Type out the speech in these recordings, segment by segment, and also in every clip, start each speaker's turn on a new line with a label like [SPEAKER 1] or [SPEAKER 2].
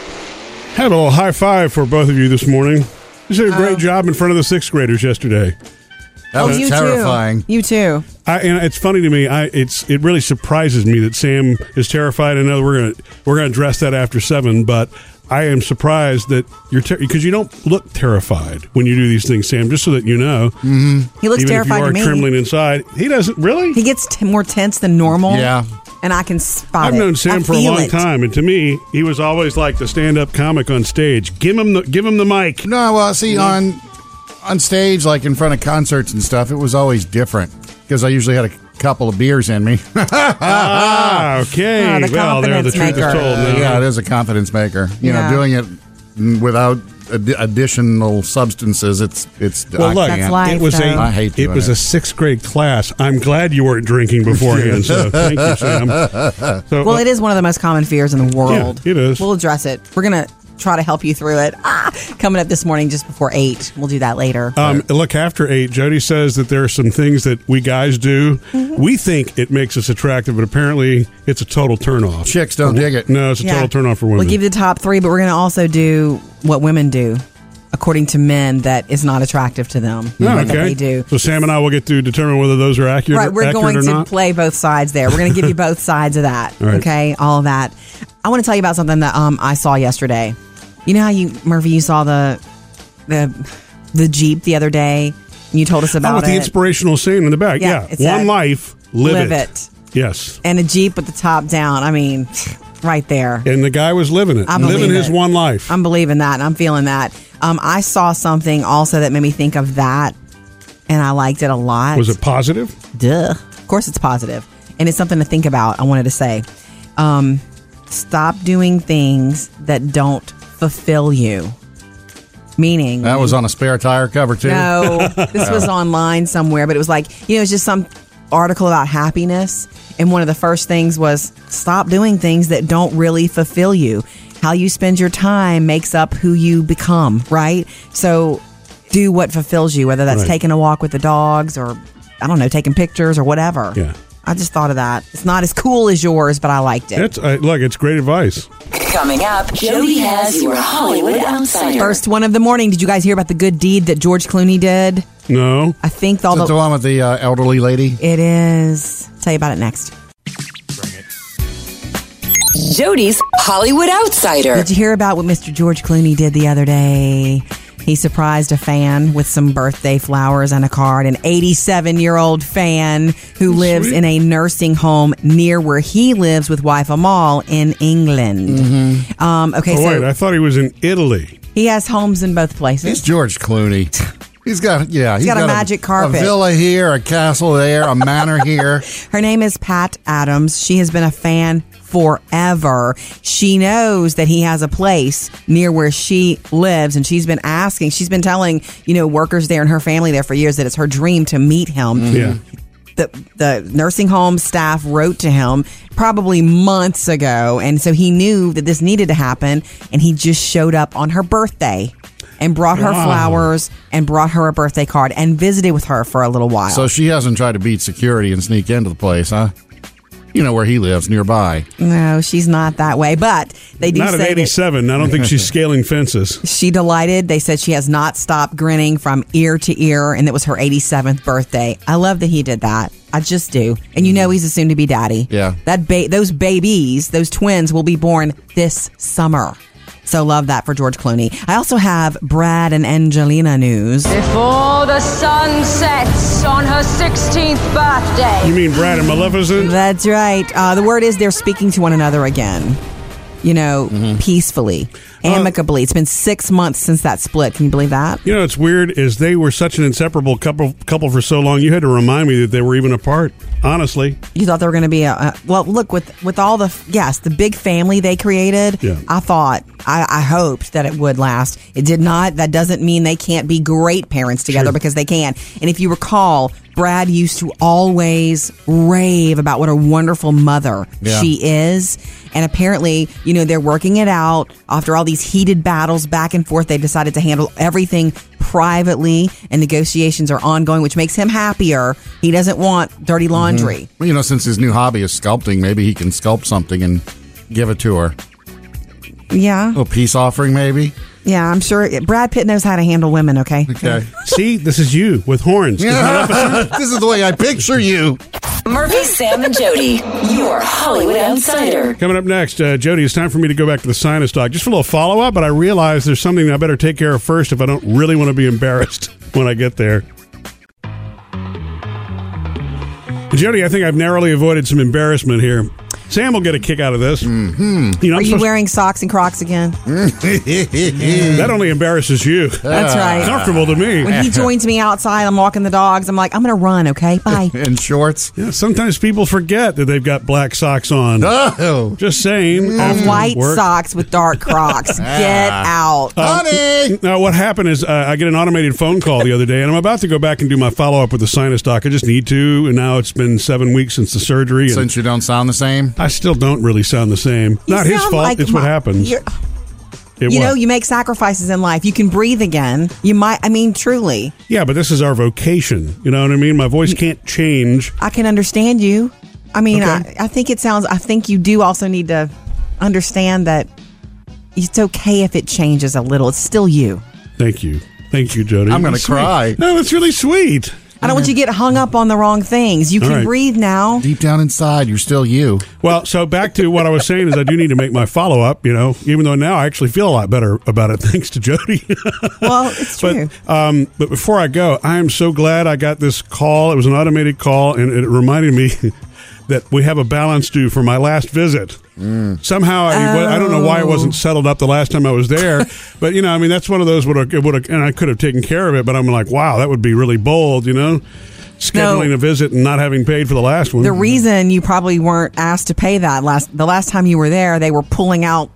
[SPEAKER 1] right, a little high five for both of you this morning. You did a
[SPEAKER 2] Oh.
[SPEAKER 1] great job in front of the sixth graders yesterday.
[SPEAKER 3] That was
[SPEAKER 2] you
[SPEAKER 3] terrifying.
[SPEAKER 2] Too. You too.
[SPEAKER 1] I, and it's funny to me. I it's it really surprises me that Sam is terrified. I know we're gonna we're gonna address that after seven, but I am surprised that you're because you don't look terrified when you do these things, Sam. Just so that you know,
[SPEAKER 2] He looks
[SPEAKER 1] even if you
[SPEAKER 2] terrified
[SPEAKER 1] are
[SPEAKER 2] to me.
[SPEAKER 1] trembling inside, he doesn't really.
[SPEAKER 2] He gets t- more tense than normal.
[SPEAKER 3] Yeah.
[SPEAKER 2] And I can spot
[SPEAKER 1] I've
[SPEAKER 2] it.
[SPEAKER 1] known
[SPEAKER 2] I
[SPEAKER 1] Sam for a
[SPEAKER 2] feel
[SPEAKER 1] long
[SPEAKER 2] it.
[SPEAKER 1] time, and to me, he was always like the stand-up comic on stage. Give him the give him the mic.
[SPEAKER 3] No, well, see on on stage, like in front of concerts and stuff, it was always different because I usually had a couple of beers in me.
[SPEAKER 1] Ah, okay.
[SPEAKER 2] Ah, the
[SPEAKER 1] well, there the truth is
[SPEAKER 2] confidence maker.
[SPEAKER 1] told. now.
[SPEAKER 3] yeah, it is a confidence maker. You
[SPEAKER 2] Yeah.
[SPEAKER 3] know, doing it without ad- additional substances, it's it's.
[SPEAKER 1] Well,
[SPEAKER 3] I
[SPEAKER 1] look,
[SPEAKER 3] can't.
[SPEAKER 2] That's life.
[SPEAKER 1] it was a
[SPEAKER 2] though.
[SPEAKER 3] I hate
[SPEAKER 1] it
[SPEAKER 3] doing
[SPEAKER 1] was
[SPEAKER 3] it.
[SPEAKER 1] a sixth grade class. I'm glad you weren't drinking beforehand. so thank you, Sam. So,
[SPEAKER 2] Well, it is one of the most common fears in the world.
[SPEAKER 1] it is.
[SPEAKER 2] We'll address it. We're going to try to help you through it. Ah, coming up this morning just before 8. We'll do that later.
[SPEAKER 1] Um, look after eight. Jody says that there are some things that we guys do.
[SPEAKER 2] Mm-hmm.
[SPEAKER 1] We think it makes us attractive, but apparently it's a total turnoff.
[SPEAKER 3] Chicks don't dig it.
[SPEAKER 1] No, it's a total turnoff for women.
[SPEAKER 2] We'll give you the top three, but we're going to also do what women do, according to men, that is not attractive to them.
[SPEAKER 1] Oh,
[SPEAKER 2] What
[SPEAKER 1] okay.
[SPEAKER 2] they do.
[SPEAKER 1] So Sam and I will get to determine whether those are accurate,
[SPEAKER 2] Right, we're
[SPEAKER 1] accurate
[SPEAKER 2] going
[SPEAKER 1] or
[SPEAKER 2] to
[SPEAKER 1] not.
[SPEAKER 2] play both sides there. We're going to give you both sides of that.
[SPEAKER 1] All right.
[SPEAKER 2] Okay, all of that. I want to tell you about something that um, I saw yesterday. You know how you, Murphy, you saw the the the Jeep the other day, and you told us
[SPEAKER 1] Oh,
[SPEAKER 2] about
[SPEAKER 1] with the
[SPEAKER 2] it.
[SPEAKER 1] inspirational saying in the back.
[SPEAKER 2] Yeah,
[SPEAKER 1] Yeah,
[SPEAKER 2] it
[SPEAKER 1] one
[SPEAKER 2] said,
[SPEAKER 1] life, live,
[SPEAKER 2] live it.
[SPEAKER 1] Yes,
[SPEAKER 2] and a Jeep with the top down. I mean, right there.
[SPEAKER 1] and the guy was living it,
[SPEAKER 2] I believe
[SPEAKER 1] living his
[SPEAKER 2] it.
[SPEAKER 1] one life.
[SPEAKER 2] I'm believing that and I'm feeling that. Um, I saw something also that made me think of that, and I liked it a lot.
[SPEAKER 1] was it positive?
[SPEAKER 2] Duh. Of course, it's positive, and it's something to think about. I wanted to say, um, stop doing things that don't fulfill you. Meaning,
[SPEAKER 3] That was on a spare tire cover too.
[SPEAKER 2] no, this was online somewhere, but it was like, you know, it's just some article about happiness. And one of the first things was stop doing things that don't really fulfill you. How you spend your time makes up who you become, right? So do what fulfills you, whether that's
[SPEAKER 1] Right.
[SPEAKER 2] taking a walk with the dogs or, I don't know, taking pictures or whatever.
[SPEAKER 1] Yeah.
[SPEAKER 2] I just thought of that. It's not as cool as yours, but I liked it.
[SPEAKER 1] That's uh, look, it's great advice.
[SPEAKER 4] Coming up, Jody has your Hollywood Outsider.
[SPEAKER 2] First one of the morning. Did you guys hear about the good deed that George Clooney did?
[SPEAKER 1] No,
[SPEAKER 2] I think all
[SPEAKER 3] Is it the
[SPEAKER 2] the.
[SPEAKER 3] one with the uh, elderly lady?
[SPEAKER 2] It is. Tell you about it next.
[SPEAKER 4] Jody's Hollywood Outsider.
[SPEAKER 2] Did you hear about what Mr. George Clooney did the other day? He surprised a fan with some birthday flowers and a card. An 87 year old fan who lives in a nursing home near where he lives with wife Amal in England. Um, okay,
[SPEAKER 1] Oh,
[SPEAKER 2] so
[SPEAKER 1] wait, I thought he was in Italy.
[SPEAKER 2] he has homes in both places.
[SPEAKER 3] It's George Clooney. He's got yeah.
[SPEAKER 2] got a magic carpet.
[SPEAKER 3] A villa here, a castle there, a manor here.
[SPEAKER 2] Her name is Pat Adams. She has been a fan forever. She knows that he has a place near where she lives, and she's been asking, she's been telling, you know, workers there and her family there for years that it's her dream to meet him.
[SPEAKER 1] Yeah.
[SPEAKER 2] The, the nursing home staff wrote to him probably months ago. And so he knew that this needed to happen. And he just showed up on her birthday and brought her
[SPEAKER 1] Wow.
[SPEAKER 2] flowers and brought her a birthday card and visited with her for a little while.
[SPEAKER 3] So she hasn't tried to beat security and sneak into the place, huh? You know where he lives nearby.
[SPEAKER 2] No, she's not that way. But they do
[SPEAKER 1] Not at
[SPEAKER 2] say that
[SPEAKER 1] 87. I don't think she's scaling fences.
[SPEAKER 2] she delighted. They said she has not stopped grinning from ear to ear, and it was her 87th birthday. I love that he did that. I just do. And you know he's a soon-to-be daddy.
[SPEAKER 3] Yeah.
[SPEAKER 2] That ba- those babies, those twins, will be born this summer. So love that for George Clooney. I also have Brad and Angelina news.
[SPEAKER 5] Before the sun sets on her 16th birthday.
[SPEAKER 1] You mean Brad and Maleficent?
[SPEAKER 2] That's right. Uh, the word is they're speaking to one another again. You know, peacefully, amicably. it's been six months since that split. Can you believe that?
[SPEAKER 1] You know, it's weird is they were such an inseparable couple couple for so long. You had to remind me that they were even apart. Honestly,
[SPEAKER 2] You thought they were going to be a, a well. Look with with all the yes, the big family they created.
[SPEAKER 1] Yeah.
[SPEAKER 2] I thought I, I hoped that it would last. It did not. That doesn't mean they can't be great parents together because they can. And if you recall, Brad used to always rave about what a wonderful mother
[SPEAKER 3] Yeah.
[SPEAKER 2] she is. And apparently, you know, they're working it out. After all these heated battles back and forth, they decided to handle everything privately, and negotiations are ongoing, which makes him happier. He doesn't want dirty laundry.
[SPEAKER 3] Well, you know, since his new hobby is sculpting, maybe he can sculpt something and give it to her.
[SPEAKER 2] Yeah.
[SPEAKER 1] Oh.
[SPEAKER 3] little peace offering, maybe.
[SPEAKER 2] Yeah, I'm sure Brad Pitt knows how to handle women, okay?
[SPEAKER 3] Okay.
[SPEAKER 1] See, this is you with horns.
[SPEAKER 3] Yeah. this is the way I picture you.
[SPEAKER 4] Murphy, Sam, and Jody, your Hollywood outsider.
[SPEAKER 1] Coming up next, uh, Jody, it's time for me to go back to the sinus doc just for a little follow up, but I realize there's something I better take care of first if I don't really want to be embarrassed when I get there. Jody, I think I've narrowly avoided some embarrassment here. Sam will get a kick out of this. Mm-hmm. You know, I'm
[SPEAKER 2] Are you
[SPEAKER 1] supposed-
[SPEAKER 2] wearing socks and Crocs again?
[SPEAKER 1] that only embarrasses you.
[SPEAKER 2] That's right.
[SPEAKER 1] Comfortable to me.
[SPEAKER 2] When he joins me outside, I'm walking the dogs. I'm like, I'm going to run, okay? Bye.
[SPEAKER 3] In shorts.
[SPEAKER 1] Yeah, sometimes people forget that they've got black socks on.
[SPEAKER 3] Oh,
[SPEAKER 1] Just saying. after
[SPEAKER 2] Mm. White
[SPEAKER 1] work.
[SPEAKER 2] socks with dark
[SPEAKER 1] Ah.
[SPEAKER 2] Crocs. Get out.
[SPEAKER 3] Oh.
[SPEAKER 1] Uh,
[SPEAKER 3] honey.
[SPEAKER 1] Now, what happened is uh, I get an automated phone call the other day, and I'm about to go back and do my follow up with the sinus doc. I just need to, and now it's been seven weeks since the surgery, and
[SPEAKER 3] Since you don't sound the same.
[SPEAKER 1] I still don't really sound the same.
[SPEAKER 2] You
[SPEAKER 1] Not his
[SPEAKER 2] sound
[SPEAKER 1] fault.
[SPEAKER 2] like
[SPEAKER 1] it's what
[SPEAKER 2] my-
[SPEAKER 1] happens.
[SPEAKER 2] you're-
[SPEAKER 1] It
[SPEAKER 2] You
[SPEAKER 1] wa-
[SPEAKER 2] know, you make sacrifices in life. You can breathe again. You might, I mean, truly,
[SPEAKER 1] yeah, but this is our vocation. You know what I mean? My voice can't change.
[SPEAKER 2] I can understand you. I mean,
[SPEAKER 1] Okay.
[SPEAKER 2] I, I think it sounds, I think you do also need to understand that it's okay if it changes a little. It's still you.
[SPEAKER 1] Thank you, thank you, Jody.
[SPEAKER 3] I'm gonna
[SPEAKER 1] That's sweet.
[SPEAKER 3] cry.
[SPEAKER 1] No, that's really sweet.
[SPEAKER 2] I don't want you to get hung up on the wrong things. You
[SPEAKER 1] All
[SPEAKER 2] can
[SPEAKER 1] right.
[SPEAKER 2] breathe now.
[SPEAKER 3] Deep down inside, you're still you.
[SPEAKER 1] Well, so back to what I was saying is I do need to make my follow up. You know, even though now I actually feel a lot better about it thanks to Jody.
[SPEAKER 2] Well, it's true.
[SPEAKER 1] But, um, but before I go, I am so glad I got this call. It was an automated call, and it reminded me that we have a balance due for my last visit.
[SPEAKER 2] Mm.
[SPEAKER 1] Somehow, I, I don't know why
[SPEAKER 2] Oh.
[SPEAKER 1] it wasn't settled up the last time I was there, but you know, I mean, that's one of those would have, would have, and I could have taken care of it, but I'm like, wow, that would be really bold, you know, scheduling
[SPEAKER 2] No.
[SPEAKER 1] a visit and not having paid for the last one.
[SPEAKER 2] the reason you probably weren't asked to pay that last the last time you were there, they were pulling out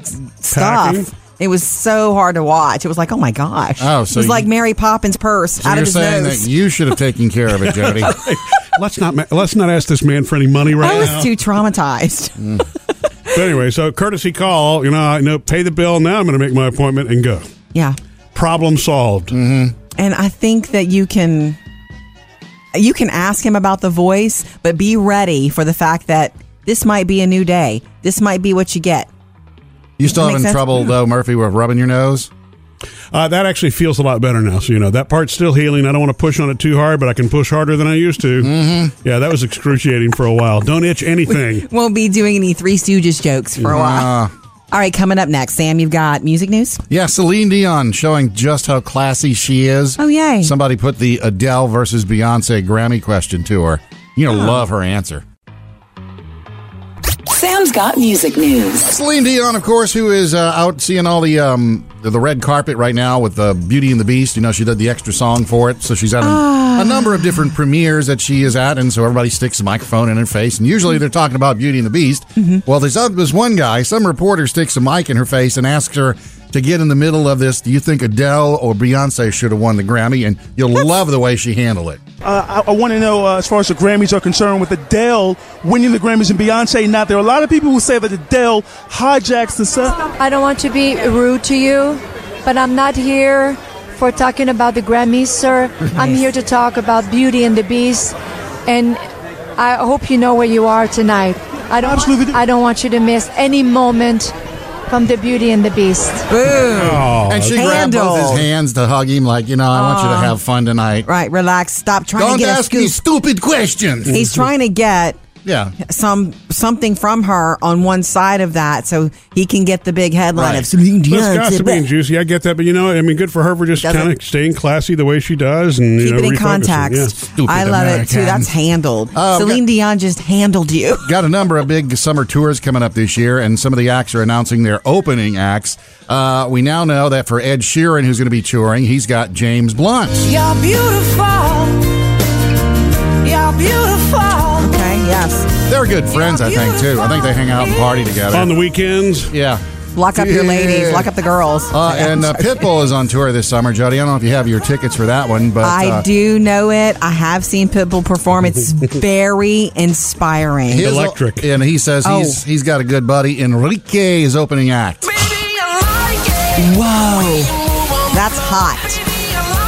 [SPEAKER 2] s- stuff.
[SPEAKER 1] Packing?
[SPEAKER 2] It was so hard to watch. It was like, oh my gosh!
[SPEAKER 3] Oh,
[SPEAKER 2] it
[SPEAKER 3] so
[SPEAKER 2] was
[SPEAKER 3] you-
[SPEAKER 2] like Mary Poppins' purse
[SPEAKER 3] So
[SPEAKER 2] out
[SPEAKER 3] you're
[SPEAKER 2] of his
[SPEAKER 3] saying
[SPEAKER 2] nose.
[SPEAKER 3] that you should have taken care of it, Jody.
[SPEAKER 1] let's not ma- let's not ask this man for any money right
[SPEAKER 2] I was
[SPEAKER 1] now.
[SPEAKER 2] too traumatized.
[SPEAKER 1] but anyway, so courtesy call, you know, I know pay the bill. Now I'm going to make my appointment and go.
[SPEAKER 2] yeah,
[SPEAKER 1] Problem solved.
[SPEAKER 2] and I think that you can you can ask him about the voice, but be ready for the fact that this might be a new day. This might be what you get.
[SPEAKER 3] You still
[SPEAKER 2] That makes
[SPEAKER 3] having
[SPEAKER 2] sense.
[SPEAKER 3] trouble though, Murphy, with rubbing your nose?
[SPEAKER 1] Uh, that actually feels a lot better now. So, you know, that part's still healing. I don't want to push on it too hard, but I can push harder than I used to. Mm-hmm. Yeah, that was excruciating for a while. Don't itch anything.
[SPEAKER 2] Won't be doing any Three Stooges jokes for a while.
[SPEAKER 3] Uh,
[SPEAKER 2] All right, coming up next, Sam, you've got music news.
[SPEAKER 3] yeah, Celine Dion showing just how classy she is.
[SPEAKER 2] Oh, yay.
[SPEAKER 3] Somebody put the Adele versus Beyonce Grammy question to her. You know,
[SPEAKER 2] Oh.
[SPEAKER 3] love her answer.
[SPEAKER 4] Sam's got music news.
[SPEAKER 3] Celine Dion, of course, who is uh, out seeing all the um the, the red carpet right now with uh, Beauty and the Beast. You know, she did the extra song for it, so she's at a,
[SPEAKER 2] Ah.
[SPEAKER 3] a number of different premieres that she is at, and so everybody sticks a microphone in her face. And usually they're talking about Beauty and the Beast.
[SPEAKER 2] Mm-hmm.
[SPEAKER 3] Well, there's uh, this one guy, some reporter sticks a mic in her face and asks her to get in the middle of this. Do you think Adele or Beyonce should have won the Grammy? And you'll love the way she handled it.
[SPEAKER 6] Uh, I, I want to know, uh, as far as the Grammys are concerned, with Adele winning the Grammys and Beyonce not. There are a lot of people who say that Adele hijacks the set.
[SPEAKER 7] I don't want to be rude to you, but I'm not here for talking about the Grammys, sir. I'm here to talk about Beauty and the Beast, and I hope you know where you are tonight. I don't,
[SPEAKER 6] Absolutely.
[SPEAKER 7] I don't want you to miss any moment from the Beauty and the Beast.
[SPEAKER 3] and she grabbed both
[SPEAKER 2] handled.
[SPEAKER 3] his hands to hug him, like, you know, I want you to have fun tonight.
[SPEAKER 2] Right, relax. Stop trying
[SPEAKER 3] Don't
[SPEAKER 2] to get a
[SPEAKER 3] ask me
[SPEAKER 2] scoop.
[SPEAKER 3] stupid questions.
[SPEAKER 2] He's trying to get
[SPEAKER 3] Yeah.
[SPEAKER 2] some something from her on one side of that, so he can get the big headline
[SPEAKER 3] Right.
[SPEAKER 2] of Celine
[SPEAKER 1] But
[SPEAKER 2] Dion.
[SPEAKER 1] it's
[SPEAKER 2] said
[SPEAKER 1] gossip being
[SPEAKER 2] that."
[SPEAKER 1] juicy. I get that. But, you know, I mean, good for her for just
[SPEAKER 2] Doesn't-
[SPEAKER 1] kind of staying classy the way she does and, you
[SPEAKER 2] Keep
[SPEAKER 1] know,
[SPEAKER 2] it in
[SPEAKER 1] refocusing.
[SPEAKER 2] context.
[SPEAKER 3] Yeah.
[SPEAKER 2] I
[SPEAKER 3] Stupid
[SPEAKER 2] love it too.
[SPEAKER 3] Americans.
[SPEAKER 2] That's handled.
[SPEAKER 3] Oh,
[SPEAKER 2] Celine
[SPEAKER 3] God.
[SPEAKER 2] Dion just handled you.
[SPEAKER 3] Got a number of big summer tours coming up this year, and some of the acts are announcing their opening acts. Uh, we now know that for Ed Sheeran, who's going to be touring, he's got James Blunt.
[SPEAKER 8] You're beautiful. You're beautiful.
[SPEAKER 2] Okay, yes.
[SPEAKER 3] They're good friends, I think, too. I think they hang out and party together.
[SPEAKER 1] On the weekends,
[SPEAKER 3] yeah.
[SPEAKER 2] Lock up your
[SPEAKER 3] Yeah.
[SPEAKER 2] ladies. Lock up the girls.
[SPEAKER 3] Uh, and uh, Pitbull is on tour this summer, Jody. I don't know if you have your tickets for that one, but
[SPEAKER 2] I
[SPEAKER 3] uh,
[SPEAKER 2] do know it. I have seen Pitbull perform. It's very inspiring.
[SPEAKER 3] his-
[SPEAKER 1] Electric.
[SPEAKER 3] And he says
[SPEAKER 2] Oh.
[SPEAKER 3] he's he's got a good buddy. Enrique is opening act.
[SPEAKER 2] Whoa. That's hot.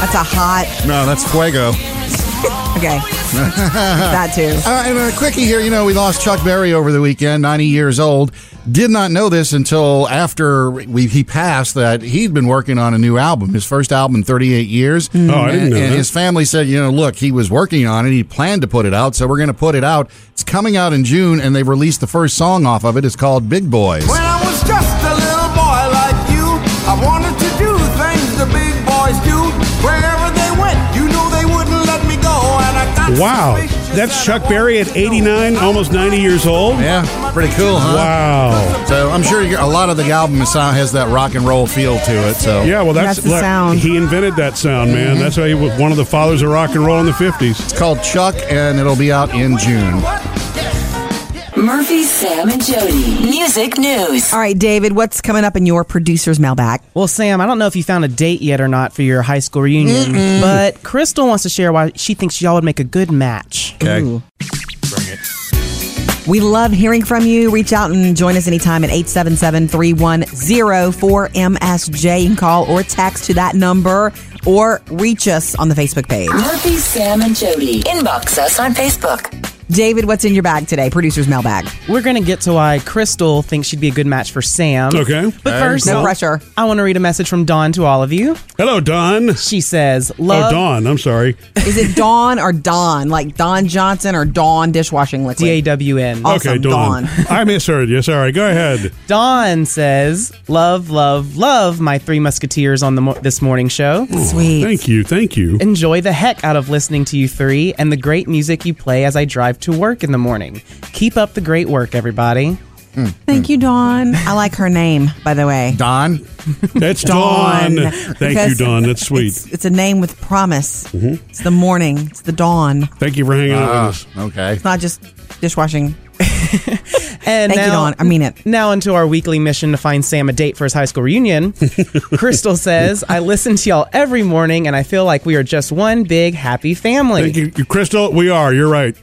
[SPEAKER 2] That's a hot
[SPEAKER 3] No, that's Fuego.
[SPEAKER 2] Okay. that too.
[SPEAKER 3] Uh, and a quickie here, you know, we lost Chuck Berry over the weekend, 90 years old. Did not know this until after we, he passed that he'd been working on a new album, his first album in 38 years.
[SPEAKER 1] Oh, I didn't know
[SPEAKER 3] and, and
[SPEAKER 1] that.
[SPEAKER 3] his family said, you know, look, he was working on it. He planned to put it out, so we're going to put it out. It's coming out in June, and they released the first song off of it. It's called Big Boys.
[SPEAKER 9] When I was just a little boy like you, I wanted to do things the big boys do. Wherever they went, you knew they wouldn't let me go. And I got
[SPEAKER 1] Wow.
[SPEAKER 9] suspicious
[SPEAKER 1] That's
[SPEAKER 9] that
[SPEAKER 1] Chuck
[SPEAKER 9] I
[SPEAKER 1] Berry at
[SPEAKER 9] wanted to know.
[SPEAKER 1] 89, almost 90 years old.
[SPEAKER 3] Yeah, pretty cool, huh?
[SPEAKER 1] Wow.
[SPEAKER 3] So I'm sure you- a lot of the album is- has that rock and roll feel to it. So
[SPEAKER 1] Yeah, well, that's,
[SPEAKER 2] That's the sound. Mm-hmm.
[SPEAKER 1] He invented that sound, man. That's why he was one of the fathers of rock and roll in the 50s.
[SPEAKER 3] it's called Chuck, and it'll be out in June.
[SPEAKER 4] Murphy, Sam, and Jody. Music news.
[SPEAKER 2] All right, David, what's coming up in your producer's mailbag?
[SPEAKER 10] Well, Sam, I don't know if you found a date yet or not for your high school reunion, but Crystal wants to share why she thinks y'all would make a good match.
[SPEAKER 3] Okay.
[SPEAKER 2] We love hearing from you. Reach out and join us anytime at 877-310-4MSJ. You can call or text to that number or reach us on the Facebook page.
[SPEAKER 4] Murphy, Sam, and Jody. Inbox us on Facebook.
[SPEAKER 2] David, what's in your bag today? Producer's mailbag.
[SPEAKER 10] We're going to get to why Crystal thinks she'd be a good match for Sam.
[SPEAKER 1] Okay.
[SPEAKER 10] But first,
[SPEAKER 2] No pressure.
[SPEAKER 10] I want to read a message from Dawn to all of you.
[SPEAKER 1] Hello, Don.
[SPEAKER 10] She says,
[SPEAKER 1] Oh,
[SPEAKER 10] Love
[SPEAKER 1] Don. I'm sorry.
[SPEAKER 2] Is it Dawn or Don? Like Don Johnson or Dawn dishwashing liquid?
[SPEAKER 10] D-A-W-N.
[SPEAKER 2] Awesome,
[SPEAKER 1] okay, Don.
[SPEAKER 2] Don.
[SPEAKER 1] I misheard you. Sorry. Go ahead.
[SPEAKER 10] Dawn says, Love, love, love my three musketeers on the mo- this morning show.
[SPEAKER 2] Sweet.
[SPEAKER 1] Thank you. Thank you.
[SPEAKER 10] Enjoy the heck out of listening to you three and the great music you play as I drive to work in the morning. Keep up the great work, everybody.
[SPEAKER 2] Thank you, Dawn. I like her name, by the way.
[SPEAKER 3] Don,
[SPEAKER 1] That's Don. Thank you,
[SPEAKER 2] Because
[SPEAKER 1] Don. That's sweet. Mm-hmm.
[SPEAKER 2] It's, it's a name with promise. It's the morning. It's the dawn. It's
[SPEAKER 1] Thank you for hanging out with us.
[SPEAKER 2] Ah.
[SPEAKER 3] Oh, okay.
[SPEAKER 2] not just dishwashing.
[SPEAKER 10] And
[SPEAKER 2] Thank you,
[SPEAKER 10] now,
[SPEAKER 2] Dawn. I mean it.
[SPEAKER 10] Now into our weekly mission to find Sam a date for his high school reunion. Crystal says, I listen to y'all every morning and I feel like we are just one big happy family.
[SPEAKER 1] Thank you, Crystal. We are. You're right.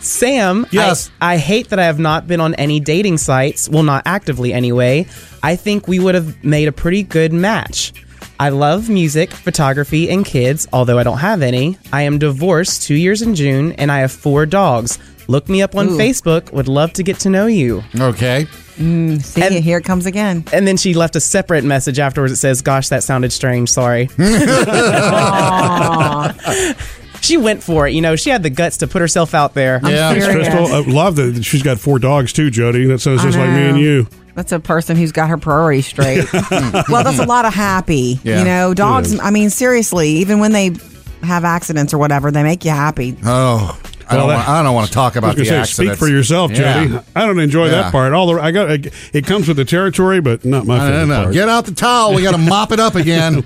[SPEAKER 10] Sam, I-
[SPEAKER 3] Yes.
[SPEAKER 10] I, hate that I have not been on any dating sites. Well, not actively anyway. I think we would have made a pretty good match. I love music, photography, and kids, although I don't have any. I am divorced two years in June, and I have four dogs. Look me up on
[SPEAKER 2] Ooh.
[SPEAKER 10] Facebook. Would love to get to know you.
[SPEAKER 3] Okay.
[SPEAKER 2] See,
[SPEAKER 10] And-
[SPEAKER 2] here it comes again.
[SPEAKER 10] And then she left a separate message afterwards that says, Gosh, that sounded strange. Sorry. she went for it. You know, she had the guts to put herself out there.
[SPEAKER 3] Yeah.
[SPEAKER 2] serious. Very
[SPEAKER 1] Crystal,
[SPEAKER 2] good.
[SPEAKER 1] I love that she's got four dogs too, Jody. That sounds just like me and
[SPEAKER 2] know.
[SPEAKER 1] you. Mm.
[SPEAKER 2] That's a person who's got her priorities straight. well, that's a lot of happy.
[SPEAKER 3] Yeah.
[SPEAKER 2] You know, dogs,
[SPEAKER 1] It is.
[SPEAKER 2] I mean, seriously, even when they have accidents or whatever, they make you happy.
[SPEAKER 3] Oh, I don't.
[SPEAKER 1] Well,
[SPEAKER 3] want,
[SPEAKER 1] that-
[SPEAKER 3] I don't want to
[SPEAKER 1] I was
[SPEAKER 3] talk about the
[SPEAKER 1] gonna say, speak
[SPEAKER 3] accidents.
[SPEAKER 1] for yourself, Jody.
[SPEAKER 3] Yeah.
[SPEAKER 1] I don't enjoy
[SPEAKER 3] Yeah.
[SPEAKER 1] that part. All the I got I, it comes with the territory, but not my
[SPEAKER 3] I
[SPEAKER 1] favorite
[SPEAKER 3] don't know.
[SPEAKER 1] part.
[SPEAKER 3] Get out the towel. We got to mop it up again.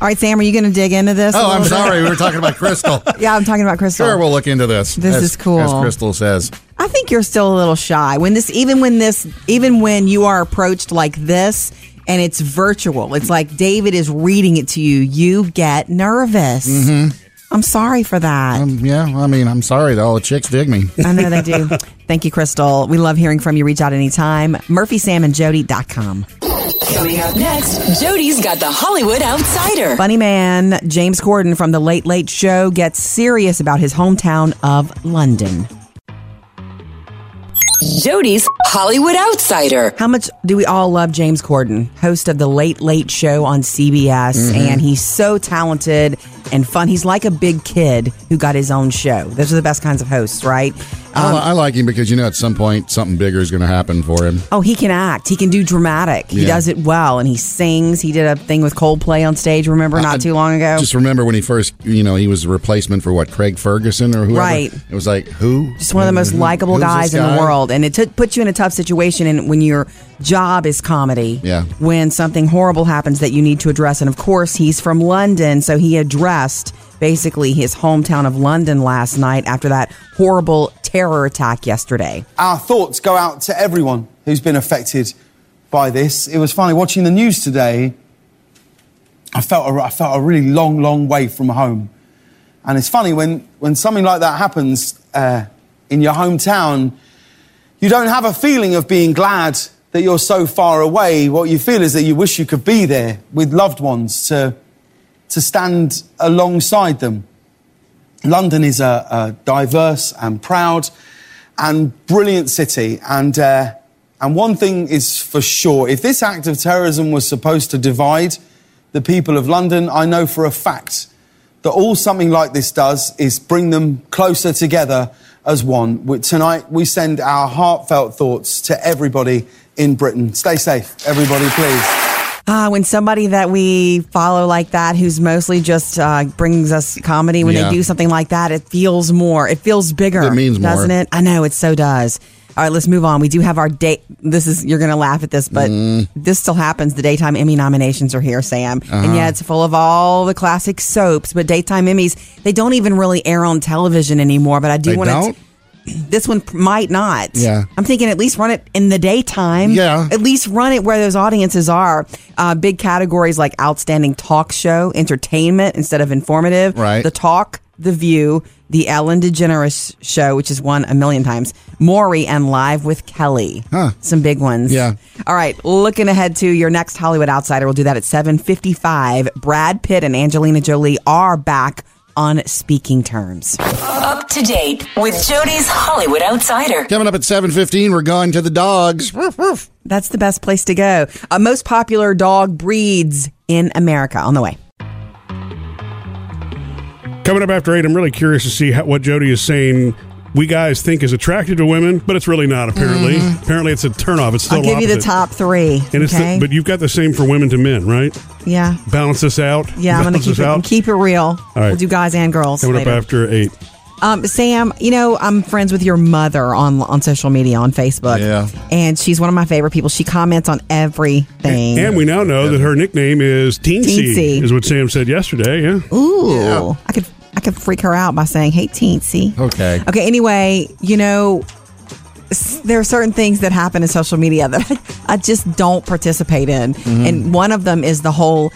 [SPEAKER 2] All right, Sam, are you going to dig into this? a
[SPEAKER 3] Oh, I'm
[SPEAKER 2] little bit?
[SPEAKER 3] sorry. We were talking about Crystal.
[SPEAKER 2] Yeah, I'm talking about Crystal.
[SPEAKER 3] Sure, we'll look into this.
[SPEAKER 2] This
[SPEAKER 3] as-
[SPEAKER 2] is cool.
[SPEAKER 3] As Crystal says.
[SPEAKER 2] I think you're still a little shy when this, even when this, even when you are approached like this and it's virtual, it's like David is reading it to you. You get nervous. I'm sorry for that.
[SPEAKER 3] Yeah, I mean, I'm sorry that all the chicks dig me.
[SPEAKER 2] I know they do. Thank you, Crystal. We love hearing from you. Reach out anytime. MurphySamandJody.com.
[SPEAKER 4] Coming up next, Jody's got the Hollywood Outsider.
[SPEAKER 2] Funny man James Corden from The Late Late Show gets serious about his hometown of London.
[SPEAKER 4] Jody's Hollywood Outsider.
[SPEAKER 2] How much do we all love James Corden, host of The Late Late Show on CBS? And he's so talented and fun. He's like a big kid who got his own show. Those are the best kinds of hosts, right?
[SPEAKER 3] I,
[SPEAKER 2] Um,
[SPEAKER 3] li- I like him because you know at some point something bigger is going to happen for him.
[SPEAKER 2] Oh, he can act. He can do dramatic. He
[SPEAKER 3] Yeah.
[SPEAKER 2] does it well, and he sings. He did a thing with Coldplay on stage. Remember, not
[SPEAKER 3] I-
[SPEAKER 2] too long ago.
[SPEAKER 3] Just remember when he first, you know, he was a replacement for what Craig Ferguson or whoever.
[SPEAKER 2] Right.
[SPEAKER 3] It was like who?
[SPEAKER 2] just one of the most
[SPEAKER 3] Who-
[SPEAKER 2] likable
[SPEAKER 3] Mm-hmm. who's this
[SPEAKER 2] guys in
[SPEAKER 3] guy?
[SPEAKER 2] the world and it took puts you in a tough situation and when your job is comedy
[SPEAKER 3] Yeah.
[SPEAKER 2] when something horrible happens that you need to address and of course he's from london so he addressed basically his hometown of london last night after that horrible terror attack yesterday
[SPEAKER 9] Our thoughts go out to everyone who's been affected by this. It was funny watching the news today. I felt a, I felt a really long, long way from home, and it's funny when when something like that happens uh, in your hometown. You don't have a feeling of being glad that you're so far away. What you feel is that you wish you could be there with loved ones to to stand alongside them. London is a, a diverse and proud and brilliant city. And, uh, and one thing is for sure if this act of terrorism was supposed to divide the people of London, I know for a fact that all something like this does is bring them closer together as one. We- Tonight, we send our heartfelt thoughts to everybody in Britain. Stay safe, everybody, please.
[SPEAKER 2] Ah, when somebody that we follow like that, who's mostly just uh, brings us comedy, when
[SPEAKER 3] Yeah.
[SPEAKER 2] they do something like that, it feels more. It feels bigger.
[SPEAKER 3] It means more.
[SPEAKER 2] doesn't it? I know it so does. All right, let's move on. We do have our date. This is you're going to laugh at this, but
[SPEAKER 3] Mm.
[SPEAKER 2] this still happens. The daytime Emmy nominations are here, Sam,
[SPEAKER 11] Uh-huh.
[SPEAKER 2] and yeah, it's full of all the classic soaps. But daytime Emmys, they don't even really air on television anymore. But I do
[SPEAKER 3] They
[SPEAKER 2] want
[SPEAKER 3] don't?
[SPEAKER 2] to. This one might not.
[SPEAKER 3] Yeah.
[SPEAKER 2] I'm thinking at least run it in the daytime.
[SPEAKER 3] Yeah.
[SPEAKER 2] At least run it where those audiences are. Uh, big categories like outstanding talk show, entertainment instead of informative.
[SPEAKER 3] Right.
[SPEAKER 2] The talk, The View, The Ellen DeGeneres Show, which is won a million times, Maury, and Live with Kelly. Huh. Some big ones.
[SPEAKER 3] Yeah.
[SPEAKER 2] All right. Looking ahead to your next Hollywood Outsider. We'll do that at 7.55. Brad Pitt and Angelina Jolie are back on speaking terms.
[SPEAKER 4] Up to date with Jody's Hollywood Outsider.
[SPEAKER 3] Coming up at 7.15, we're going to the dogs.
[SPEAKER 2] That's the best place to go. Uh, most popular dog breeds in America. On the way.
[SPEAKER 1] Coming up after eight, I'm really curious to see how, what Jody is saying. We guys think is attractive to women, but it's really not. Apparently, apparently it's a turnoff. It's still
[SPEAKER 2] Mm-hmm. I'll give you the
[SPEAKER 1] opposite.
[SPEAKER 2] top three.
[SPEAKER 1] And it's the-
[SPEAKER 2] okay.
[SPEAKER 1] but you've got the same for women to men, right?
[SPEAKER 2] yeah.
[SPEAKER 1] Balance this out.
[SPEAKER 2] Yeah, I'm going to
[SPEAKER 1] Balance
[SPEAKER 2] keep
[SPEAKER 1] this
[SPEAKER 2] it,
[SPEAKER 1] out.
[SPEAKER 2] keep it real.
[SPEAKER 1] right.
[SPEAKER 2] We'll do guys and girls.
[SPEAKER 1] Coming
[SPEAKER 2] later.
[SPEAKER 1] up after eight.
[SPEAKER 2] Um, Sam, you know, I'm friends with your mother on on social media, on Facebook.
[SPEAKER 1] Yeah.
[SPEAKER 2] And she's one of my favorite people. She comments on everything.
[SPEAKER 1] And we now know that her nickname is Teensy,
[SPEAKER 2] Teensy.
[SPEAKER 1] is what Sam said yesterday. Yeah.
[SPEAKER 2] Ooh. I could I could freak her out by saying, hey, teensy.
[SPEAKER 3] Okay.
[SPEAKER 2] Okay, anyway, you know, s- there are certain things that happen in social media that I just don't participate in.
[SPEAKER 1] Mm-hmm.
[SPEAKER 3] Mhm.
[SPEAKER 2] And one of them is the whole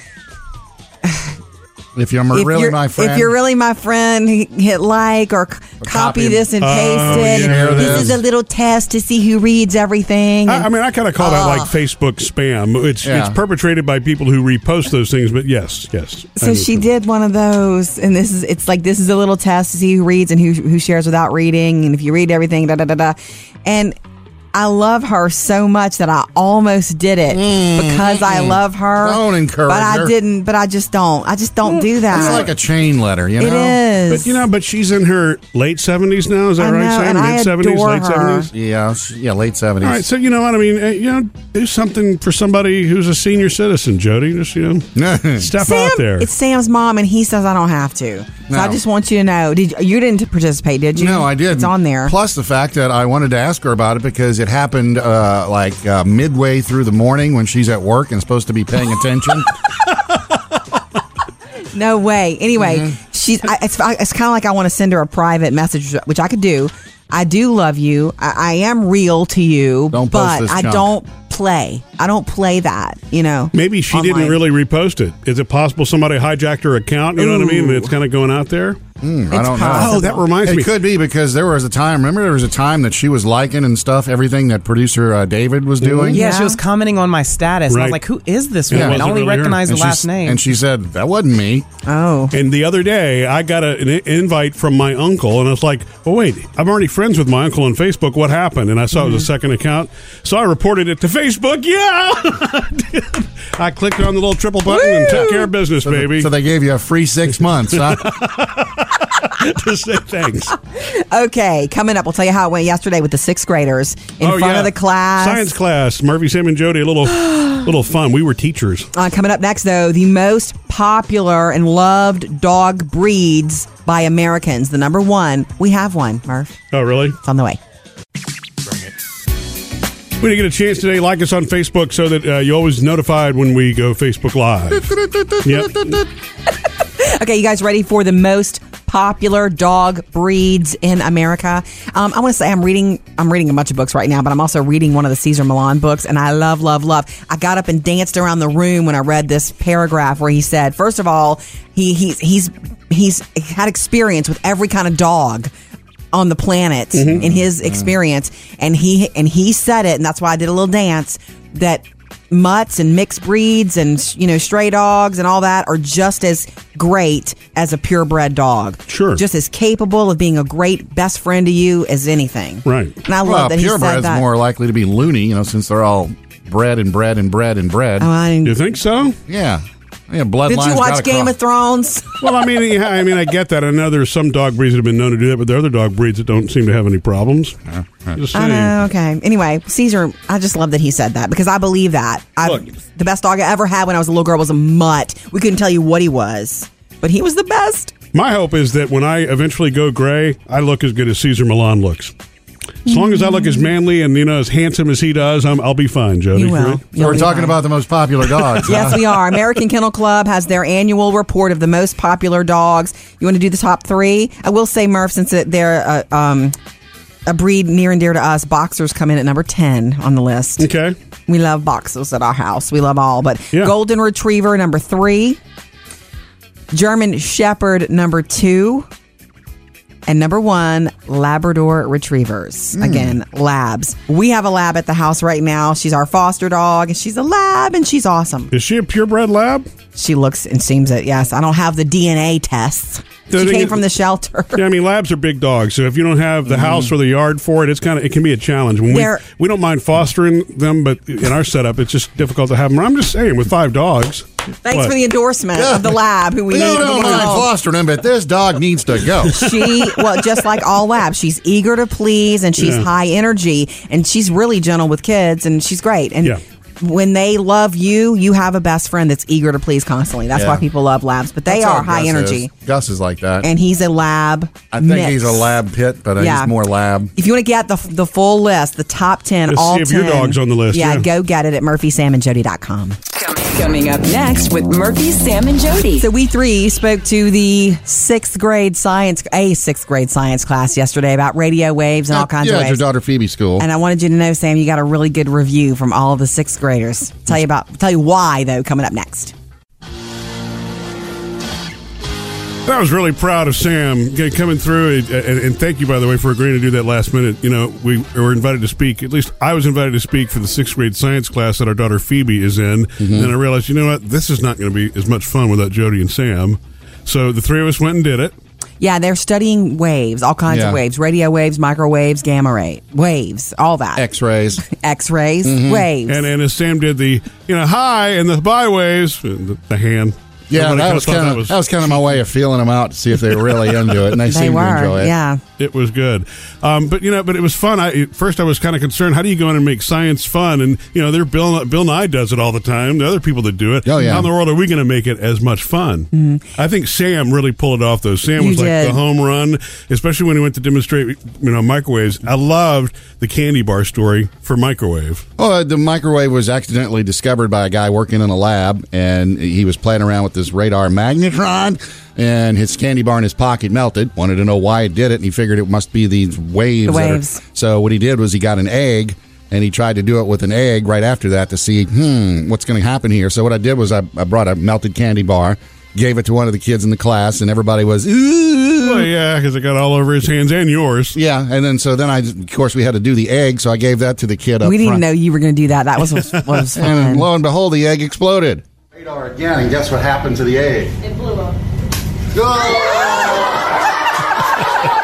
[SPEAKER 3] If you're really
[SPEAKER 2] you're,
[SPEAKER 3] my friend.
[SPEAKER 2] If you're really my friend, h- hit like or, c- copy
[SPEAKER 3] him.
[SPEAKER 2] this and
[SPEAKER 3] Oh,
[SPEAKER 2] paste it.
[SPEAKER 3] yeah,
[SPEAKER 2] This is
[SPEAKER 3] this.
[SPEAKER 2] a little test to see who reads everything.
[SPEAKER 1] I, I mean, I kind of call that
[SPEAKER 2] Oh.
[SPEAKER 1] like Facebook spam. It's
[SPEAKER 2] Yeah.
[SPEAKER 1] it's perpetrated by people who repost those things. But yes, yes. I
[SPEAKER 2] So
[SPEAKER 1] know.
[SPEAKER 2] she did one of those, and this is it's like this is a little test to see who reads and who who shares without reading, and if you read everything, da da da da. And I love her so much that I almost did it because I
[SPEAKER 3] mm-mm.
[SPEAKER 2] love her.
[SPEAKER 3] Mm-hmm. Don't encourage
[SPEAKER 2] But I
[SPEAKER 3] her. Mm.
[SPEAKER 2] didn't. But I just don't. I just don't do that.
[SPEAKER 3] It's like a chain letter, you know?
[SPEAKER 2] It is.
[SPEAKER 1] But you know, but she's in her late seventies now. Is that
[SPEAKER 2] I
[SPEAKER 1] right,
[SPEAKER 2] know,
[SPEAKER 1] Sam?
[SPEAKER 2] and I
[SPEAKER 1] Mid seventies,
[SPEAKER 2] adore
[SPEAKER 1] late
[SPEAKER 2] her.
[SPEAKER 1] seventies.
[SPEAKER 3] Yeah, she- yeah, late 70s.
[SPEAKER 1] All right, so you know what I mean. eh, You know, do something for somebody who's a senior citizen, Jody. Just you know, step
[SPEAKER 2] Sam,
[SPEAKER 1] out there.
[SPEAKER 2] It's Sam's mom, and he says I don't have to. So I
[SPEAKER 3] No.
[SPEAKER 2] just want you to know. Did you didn't participate? Did you?
[SPEAKER 3] No, I did.
[SPEAKER 2] It's on there.
[SPEAKER 3] Plus the fact that I wanted to ask her about it because it happened uh, like uh, midway through the morning when she's at work and supposed to be paying attention.
[SPEAKER 2] No way. Anyway,
[SPEAKER 1] Mm-hmm.
[SPEAKER 2] she's. I, it's I, it's kind of like I want to send her a private message, which I could do. I do love you. I, I am real to you,
[SPEAKER 1] Don't post
[SPEAKER 2] but
[SPEAKER 1] this
[SPEAKER 2] I
[SPEAKER 1] junk.
[SPEAKER 2] don't play. I don't play that. You know.
[SPEAKER 1] Maybe she didn't
[SPEAKER 2] online.
[SPEAKER 1] really repost it. Is it possible somebody hijacked her account? You know what I mean? And it's kind of going out there.
[SPEAKER 3] I don't know.
[SPEAKER 1] Oh, that reminds
[SPEAKER 3] Mm. it
[SPEAKER 1] me.
[SPEAKER 3] could be because there was a time. Remember, there was a time that she was liking and stuff everything that producer uh, David was doing.
[SPEAKER 10] Yeah, she was commenting on my status. And I was like, who is this
[SPEAKER 3] Yeah, it
[SPEAKER 10] woman? I
[SPEAKER 3] wasn't
[SPEAKER 10] only
[SPEAKER 3] really her.
[SPEAKER 10] recognize the
[SPEAKER 3] And she
[SPEAKER 10] last
[SPEAKER 3] s-
[SPEAKER 10] name.
[SPEAKER 3] And she said that wasn't me.
[SPEAKER 2] Oh.
[SPEAKER 1] And the other day, I got a, an invite from my uncle, and I was like, "Well, wait, I'm already friends with my uncle on Facebook. What happened?" And I saw it
[SPEAKER 3] Mm-hmm.
[SPEAKER 1] was a second account, so I reported it to Facebook. Yeah, I did. I clicked on the little triple button and took care of business,
[SPEAKER 3] So th-
[SPEAKER 1] baby.
[SPEAKER 3] so they gave you a free six months. huh?
[SPEAKER 1] to say thanks.
[SPEAKER 2] Okay, coming up, we'll tell you how it went yesterday with the sixth graders in
[SPEAKER 1] Oh,
[SPEAKER 2] front
[SPEAKER 1] yeah.
[SPEAKER 2] of the class.
[SPEAKER 1] Science class, Murphy, Sam, and Jody, a little, little fun. We were teachers.
[SPEAKER 2] Uh, coming up next, though, the most popular and loved dog breeds by Americans. The number one, we have one, Murph.
[SPEAKER 1] Oh, really? It's
[SPEAKER 2] on the way.
[SPEAKER 1] We didn't get a chance today. Like us on Facebook so that uh, you always notified when we go Facebook Live. Yep.
[SPEAKER 2] Okay, you guys ready for the most popular dog breeds in America? Um, I want to say I'm reading I'm reading a bunch of books right now, but I'm also reading one of the Caesar Milan books, and I love, love, love. I got up and danced around the room when I read this paragraph where he said, first of all, he he's he's he's had experience with every kind of dog on the planet in his experience, and he and he said it, and that's why I did a little dance that mutts and mixed breeds and you know stray dogs and all that are just as great as a purebred dog. Sure, just as capable of being a great best friend to you as anything.
[SPEAKER 1] Right.
[SPEAKER 2] And I love
[SPEAKER 3] well,
[SPEAKER 2] that he said
[SPEAKER 3] purebred's
[SPEAKER 2] that.
[SPEAKER 3] more likely to be loony, you know, since they're all bred and bred and bred and bred.
[SPEAKER 2] Oh, I didn't-
[SPEAKER 1] You think so?
[SPEAKER 3] Yeah. Yeah, bloodlines.
[SPEAKER 2] Did you watch
[SPEAKER 3] gotta
[SPEAKER 2] Game
[SPEAKER 3] cross-
[SPEAKER 2] of Thrones?
[SPEAKER 1] Well, I mean, yeah, I mean, I get that. I know there's some dog breeds that have been known to do that, but there are other dog breeds that don't seem to have any problems. Just
[SPEAKER 2] I
[SPEAKER 1] saying.
[SPEAKER 2] know. Okay. Anyway, Caesar, I just love that he said that because I believe that. I
[SPEAKER 1] Look.
[SPEAKER 2] the best dog I ever had when I was a little girl was a mutt. We couldn't tell you what he was, but he was the best.
[SPEAKER 1] My hope is that when I eventually go gray, I look as good as Caesar Milan looks. As long as I look as manly and you know as handsome as he does, I'm, I'll be fine, Jody.
[SPEAKER 2] Mm. You will.
[SPEAKER 3] So we're talking about the most popular dogs.
[SPEAKER 2] Yes, we are. American Kennel Club has their annual report of the most popular dogs. You want to do the top three? I will say, Murph, since it- they're a, um, a breed near and dear to us, boxers come in at number 10 on the list.
[SPEAKER 1] Okay.
[SPEAKER 2] We love boxers at our house. We love all, but
[SPEAKER 1] Yeah.
[SPEAKER 2] Golden Retriever, number three. German Shepherd, number two. And number one, Labrador Retrievers.
[SPEAKER 1] Hmm.
[SPEAKER 2] Again, labs. We have a lab at the house right now. She's our foster dog, and she's a lab, and she's awesome.
[SPEAKER 1] Is she a purebred lab?
[SPEAKER 2] She looks and seems it. Yes, I don't have the DNA tests.
[SPEAKER 1] The
[SPEAKER 2] she
[SPEAKER 1] thing
[SPEAKER 2] came
[SPEAKER 1] is-
[SPEAKER 2] from the shelter.
[SPEAKER 1] Yeah, I mean labs are big dogs, so if you don't have the
[SPEAKER 2] Mm-hmm.
[SPEAKER 1] house or the yard for it, it's kind of it can be a challenge. When we
[SPEAKER 2] They're-
[SPEAKER 1] we don't mind fostering them, but in our setup, it's just difficult to have them. I'm just saying, with five dogs.
[SPEAKER 2] Thanks
[SPEAKER 1] What?
[SPEAKER 2] for the endorsement of the lab. Who we
[SPEAKER 3] We
[SPEAKER 2] need
[SPEAKER 3] don't
[SPEAKER 2] to
[SPEAKER 3] know
[SPEAKER 2] be
[SPEAKER 3] mind
[SPEAKER 2] involved.
[SPEAKER 3] fostering him, but this dog needs to go.
[SPEAKER 2] she well just like all labs she's eager to please and she's
[SPEAKER 1] Yeah.
[SPEAKER 2] high energy and she's really gentle with kids and she's great and
[SPEAKER 1] Yeah.
[SPEAKER 2] when they love you you have a best friend that's eager to please constantly that's
[SPEAKER 3] Yeah.
[SPEAKER 2] why people love labs but they
[SPEAKER 3] That's
[SPEAKER 2] are
[SPEAKER 3] how
[SPEAKER 2] high
[SPEAKER 3] Gus
[SPEAKER 2] energy
[SPEAKER 3] is. Gus is like that.
[SPEAKER 2] and he's a lab
[SPEAKER 3] I think
[SPEAKER 2] mix.
[SPEAKER 3] he's a lab pit, but uh,
[SPEAKER 2] Yeah.
[SPEAKER 3] he's more lab.
[SPEAKER 2] if you want to get the, the full list the top 10
[SPEAKER 1] Let's
[SPEAKER 2] all
[SPEAKER 1] see if your
[SPEAKER 2] 10,
[SPEAKER 1] dog's on the list, yeah.
[SPEAKER 2] go get it at murphysamandjody.com
[SPEAKER 4] Coming up next with Murphy, Sam, and Jody.
[SPEAKER 2] So we three spoke to the sixth grade science, a sixth grade science class yesterday about radio waves and all kinds
[SPEAKER 3] yeah,
[SPEAKER 2] of
[SPEAKER 3] at your
[SPEAKER 2] waves.
[SPEAKER 3] daughter Phoebe's school.
[SPEAKER 2] And I wanted you to know, Sam, you got a really good review from all the sixth graders. Tell you about, tell you why though. Coming up next.
[SPEAKER 1] I was really proud of Sam g- coming through, and, and, and thank you, by the way, for agreeing to do that last minute. You know, we were invited to speak. At least I was invited to speak for the sixth grade science class that our daughter Phoebe is in.
[SPEAKER 2] Mm-hmm.
[SPEAKER 1] And I realized, you know what, this is not going to be as much fun without Jody and Sam. So the three of us went and did it.
[SPEAKER 2] Yeah, they're studying waves, all kinds
[SPEAKER 3] Yeah.
[SPEAKER 2] of waves, radio waves, microwaves, gamma ray waves, all that.
[SPEAKER 3] X-rays.
[SPEAKER 2] X rays,
[SPEAKER 3] Mm-hmm.
[SPEAKER 2] waves.
[SPEAKER 1] And and as Sam did the, you know, hi and the byways, and the, the hand.
[SPEAKER 3] Yeah,
[SPEAKER 1] Everybody
[SPEAKER 3] that
[SPEAKER 1] kinda
[SPEAKER 3] was
[SPEAKER 1] thought
[SPEAKER 3] kind of that was kind of my way of feeling them out to see if they were really into it, and they,
[SPEAKER 2] they
[SPEAKER 3] seemed
[SPEAKER 2] were,
[SPEAKER 3] to enjoy it.
[SPEAKER 2] yeah.
[SPEAKER 1] It was good, um, but you know, but it was fun. I, at first, I was kind of concerned. How do you go in and make science fun? And you know, there Bill Bill Nye does it all the time. The other people that do it.
[SPEAKER 3] Oh, yeah. Mm-hmm.
[SPEAKER 1] How in the world are we going to make it as much fun? I think Sam really pulled it off. Though Sam
[SPEAKER 2] You
[SPEAKER 1] was like
[SPEAKER 2] did.
[SPEAKER 1] the home run, especially when he went to demonstrate. You know, microwaves. I loved the candy bar story for microwave.
[SPEAKER 3] Well, uh, the microwave was accidentally discovered by a guy working in a lab, and he was playing around with this radar magnetron, and his candy bar in his pocket melted. Wanted to know why it did it, and he figured it must be these waves.
[SPEAKER 2] The
[SPEAKER 3] that are-
[SPEAKER 2] waves.
[SPEAKER 3] so what he did was he got an egg. And he tried to do it with an egg right after that to see, hmm, what's going to happen here. So what I did was I, I brought a melted candy bar, gave it to one of the kids in the class, and everybody was, ooh.
[SPEAKER 1] Well, Oh, yeah, because it got all over his hands and yours.
[SPEAKER 3] Yeah, and then so then I, of course, we had to do the egg, so I gave that to the kid up
[SPEAKER 2] we didn't
[SPEAKER 3] front.
[SPEAKER 2] know you were going to do that. That was was, was
[SPEAKER 3] And
[SPEAKER 2] fun.
[SPEAKER 3] lo and behold, the egg exploded. Radar again, and guess what happened to the egg? It blew up.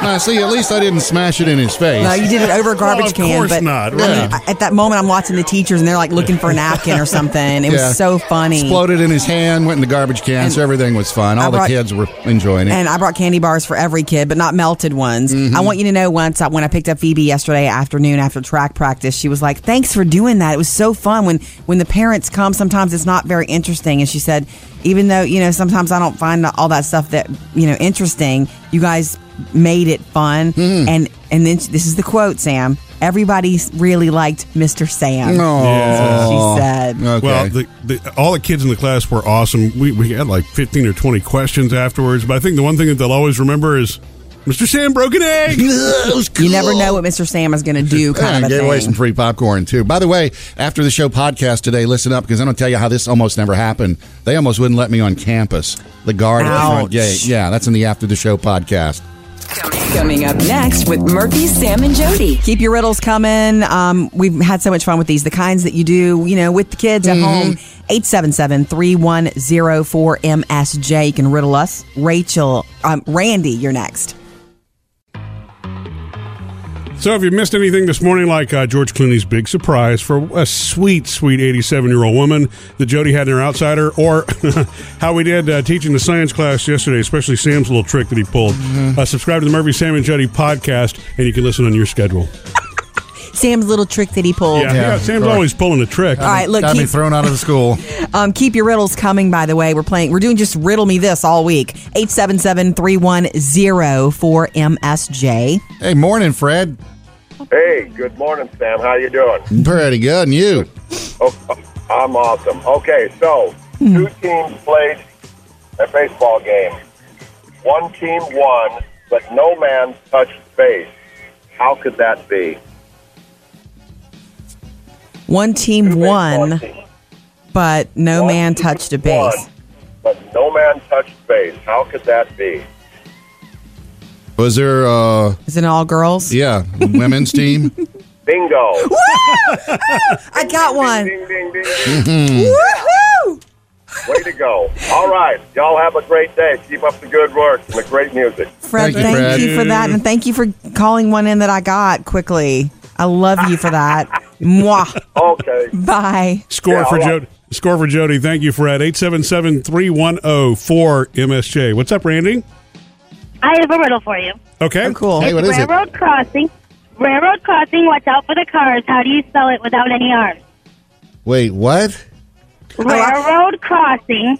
[SPEAKER 3] now, see, at least I didn't smash it in his face.
[SPEAKER 2] No, you did it over a
[SPEAKER 1] Well,
[SPEAKER 2] garbage
[SPEAKER 1] of
[SPEAKER 2] can.
[SPEAKER 1] course
[SPEAKER 2] but
[SPEAKER 1] not,
[SPEAKER 2] I mean,
[SPEAKER 1] right.
[SPEAKER 2] at that moment, I'm watching the teachers and they're like looking for a napkin or something. It
[SPEAKER 3] Yeah.
[SPEAKER 2] was so funny.
[SPEAKER 3] Exploded in his hand, went in the garbage can, so everything was fun. All
[SPEAKER 2] I
[SPEAKER 3] the
[SPEAKER 2] brought-
[SPEAKER 3] kids were enjoying it.
[SPEAKER 2] And I brought candy bars for every kid, but not melted ones. I want you to know once I, when I picked up Phoebe yesterday afternoon after track practice, she was like, "Thanks for doing that. It was so fun." When when the parents come, sometimes it's not very interesting. And she said, "Even though you know sometimes I don't find all that stuff that you know interesting, you guys made it fun." And and then this is the quote, Sam. Everybody really liked Mr. Sam.
[SPEAKER 3] Oh.
[SPEAKER 2] That's what she said.
[SPEAKER 3] Okay.
[SPEAKER 1] Well, the, the, all the kids in the class were awesome. We, we had like 15 or 20 questions afterwards, but I think the one thing that they'll always remember is Mr. Sam broke an egg.
[SPEAKER 2] You never know what Mr. Sam is going to do. Kind
[SPEAKER 3] Yeah,
[SPEAKER 2] of a
[SPEAKER 3] gave away
[SPEAKER 2] thing.
[SPEAKER 3] some free popcorn too. By the way, after the show podcast today, listen up because I'm gonna tell you how this almost never happened. They almost wouldn't let me on campus. The guard at the front
[SPEAKER 2] Ouch.
[SPEAKER 3] gate. Yeah, that's in the after the show podcast.
[SPEAKER 4] Coming up next with Murphy, Sam, and Jody.
[SPEAKER 2] Keep your riddles coming. Um, we've had so much fun with these, the kinds that you do, you know, with the kids at
[SPEAKER 4] Mhm.
[SPEAKER 2] home. 877-3104-MSJ. You can riddle us. Rachel, um, Randy, you're next.
[SPEAKER 1] So, if you missed anything this morning, like uh, George Clooney's big surprise for a sweet, sweet 87 year old woman that Jody had in her outsider, or how we did uh, teaching the science class yesterday, especially Sam's little trick that he pulled,
[SPEAKER 2] Mm-hmm.
[SPEAKER 1] uh, subscribe to the Murphy, Sam, and Jody podcast, and you can listen on your schedule.
[SPEAKER 2] Sam's little trick that he pulled.
[SPEAKER 1] Yeah, yeah, Sam's always pulling a trick.
[SPEAKER 2] All right, look,
[SPEAKER 3] Got me
[SPEAKER 2] keep-
[SPEAKER 3] thrown out of the school.
[SPEAKER 2] Um, keep your riddles coming, by the way. We're playing, we're doing just riddle me this all week. 877-3104-MSJ.
[SPEAKER 3] Hey, morning, Fred.
[SPEAKER 11] Hey, good morning, Sam. How you doing?
[SPEAKER 3] Pretty good, and you?
[SPEAKER 11] Oh, I'm awesome. Okay, so
[SPEAKER 2] Hmm.
[SPEAKER 11] two teams played a baseball game. One team won, but no man touched base. How could that be?
[SPEAKER 2] One team won, but no man touched a base.
[SPEAKER 11] But no man touched base. How could that be?
[SPEAKER 3] Was there? uh
[SPEAKER 2] Is it all girls?
[SPEAKER 3] Yeah, women's team.
[SPEAKER 11] Bingo.
[SPEAKER 2] I got one.
[SPEAKER 11] Way to go. All right. Y'all have a great day. Keep up the good work and the great music.
[SPEAKER 2] Fred, thank, you, for that, and thank you for calling one in that I got quickly. I love you for that. Mwah.
[SPEAKER 11] Okay.
[SPEAKER 2] Bye.
[SPEAKER 1] Score for Jody. Score for Jody. Thank you, Fred. 877-3104-MSJ. What's up, Randy?
[SPEAKER 12] I have a riddle for you.
[SPEAKER 1] Okay. cool.
[SPEAKER 12] it's railroad crossing. Railroad crossing. Watch out for the cars. How do you spell it without any R's?
[SPEAKER 3] Wait, what?
[SPEAKER 12] Railroad crossing.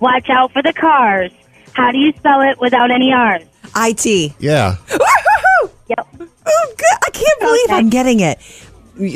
[SPEAKER 12] Watch out for the cars. How do you spell it without any R's?
[SPEAKER 2] It.
[SPEAKER 3] Yeah.
[SPEAKER 12] Yep.
[SPEAKER 2] Oh, good. I can't believe I'm getting it.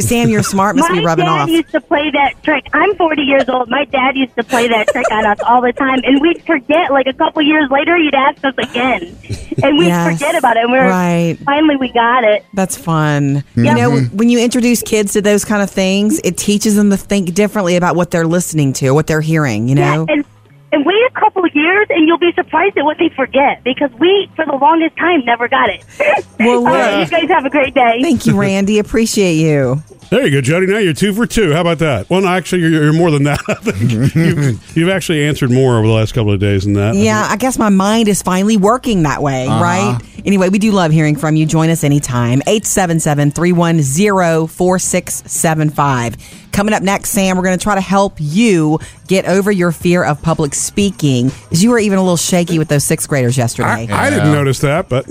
[SPEAKER 2] Sam, your smart must
[SPEAKER 12] My
[SPEAKER 2] be rubbing
[SPEAKER 12] dad
[SPEAKER 2] off.
[SPEAKER 12] used to play that trick. I'm 40 years old. My dad used to play that trick on us all the time, and we'd forget. Like a couple years later, he'd ask us again, and we'd
[SPEAKER 2] Yes.
[SPEAKER 12] forget about it. And we were
[SPEAKER 2] Right.
[SPEAKER 12] finally we got it.
[SPEAKER 2] That's fun. You know,
[SPEAKER 12] Mhm.
[SPEAKER 2] when you introduce kids to those kind of things, it teaches them to think differently about what they're listening to, what they're hearing, you know?
[SPEAKER 12] Yeah, and, and wait a couple of years, and you'll be surprised at what they forget because we, for the longest time, never got it.
[SPEAKER 2] Well,
[SPEAKER 12] All right,
[SPEAKER 1] look.
[SPEAKER 12] you guys have a great day.
[SPEAKER 2] Thank you, Randy. Appreciate you.
[SPEAKER 1] There you go, Jody. Now you're two for two. How about that? Well, no, actually, you're, you're more than that. I think you've, you've actually answered more over the last couple of days than that.
[SPEAKER 2] Yeah, I guess my mind is finally working that way,
[SPEAKER 1] Uh-huh.
[SPEAKER 2] right? Anyway, we do love hearing from you. Join us anytime. 877 310 4675. Coming up next, Sam, we're going to try to help you get over your fear of public speaking because you were even a little shaky with those sixth graders yesterday.
[SPEAKER 1] I didn't notice that, but.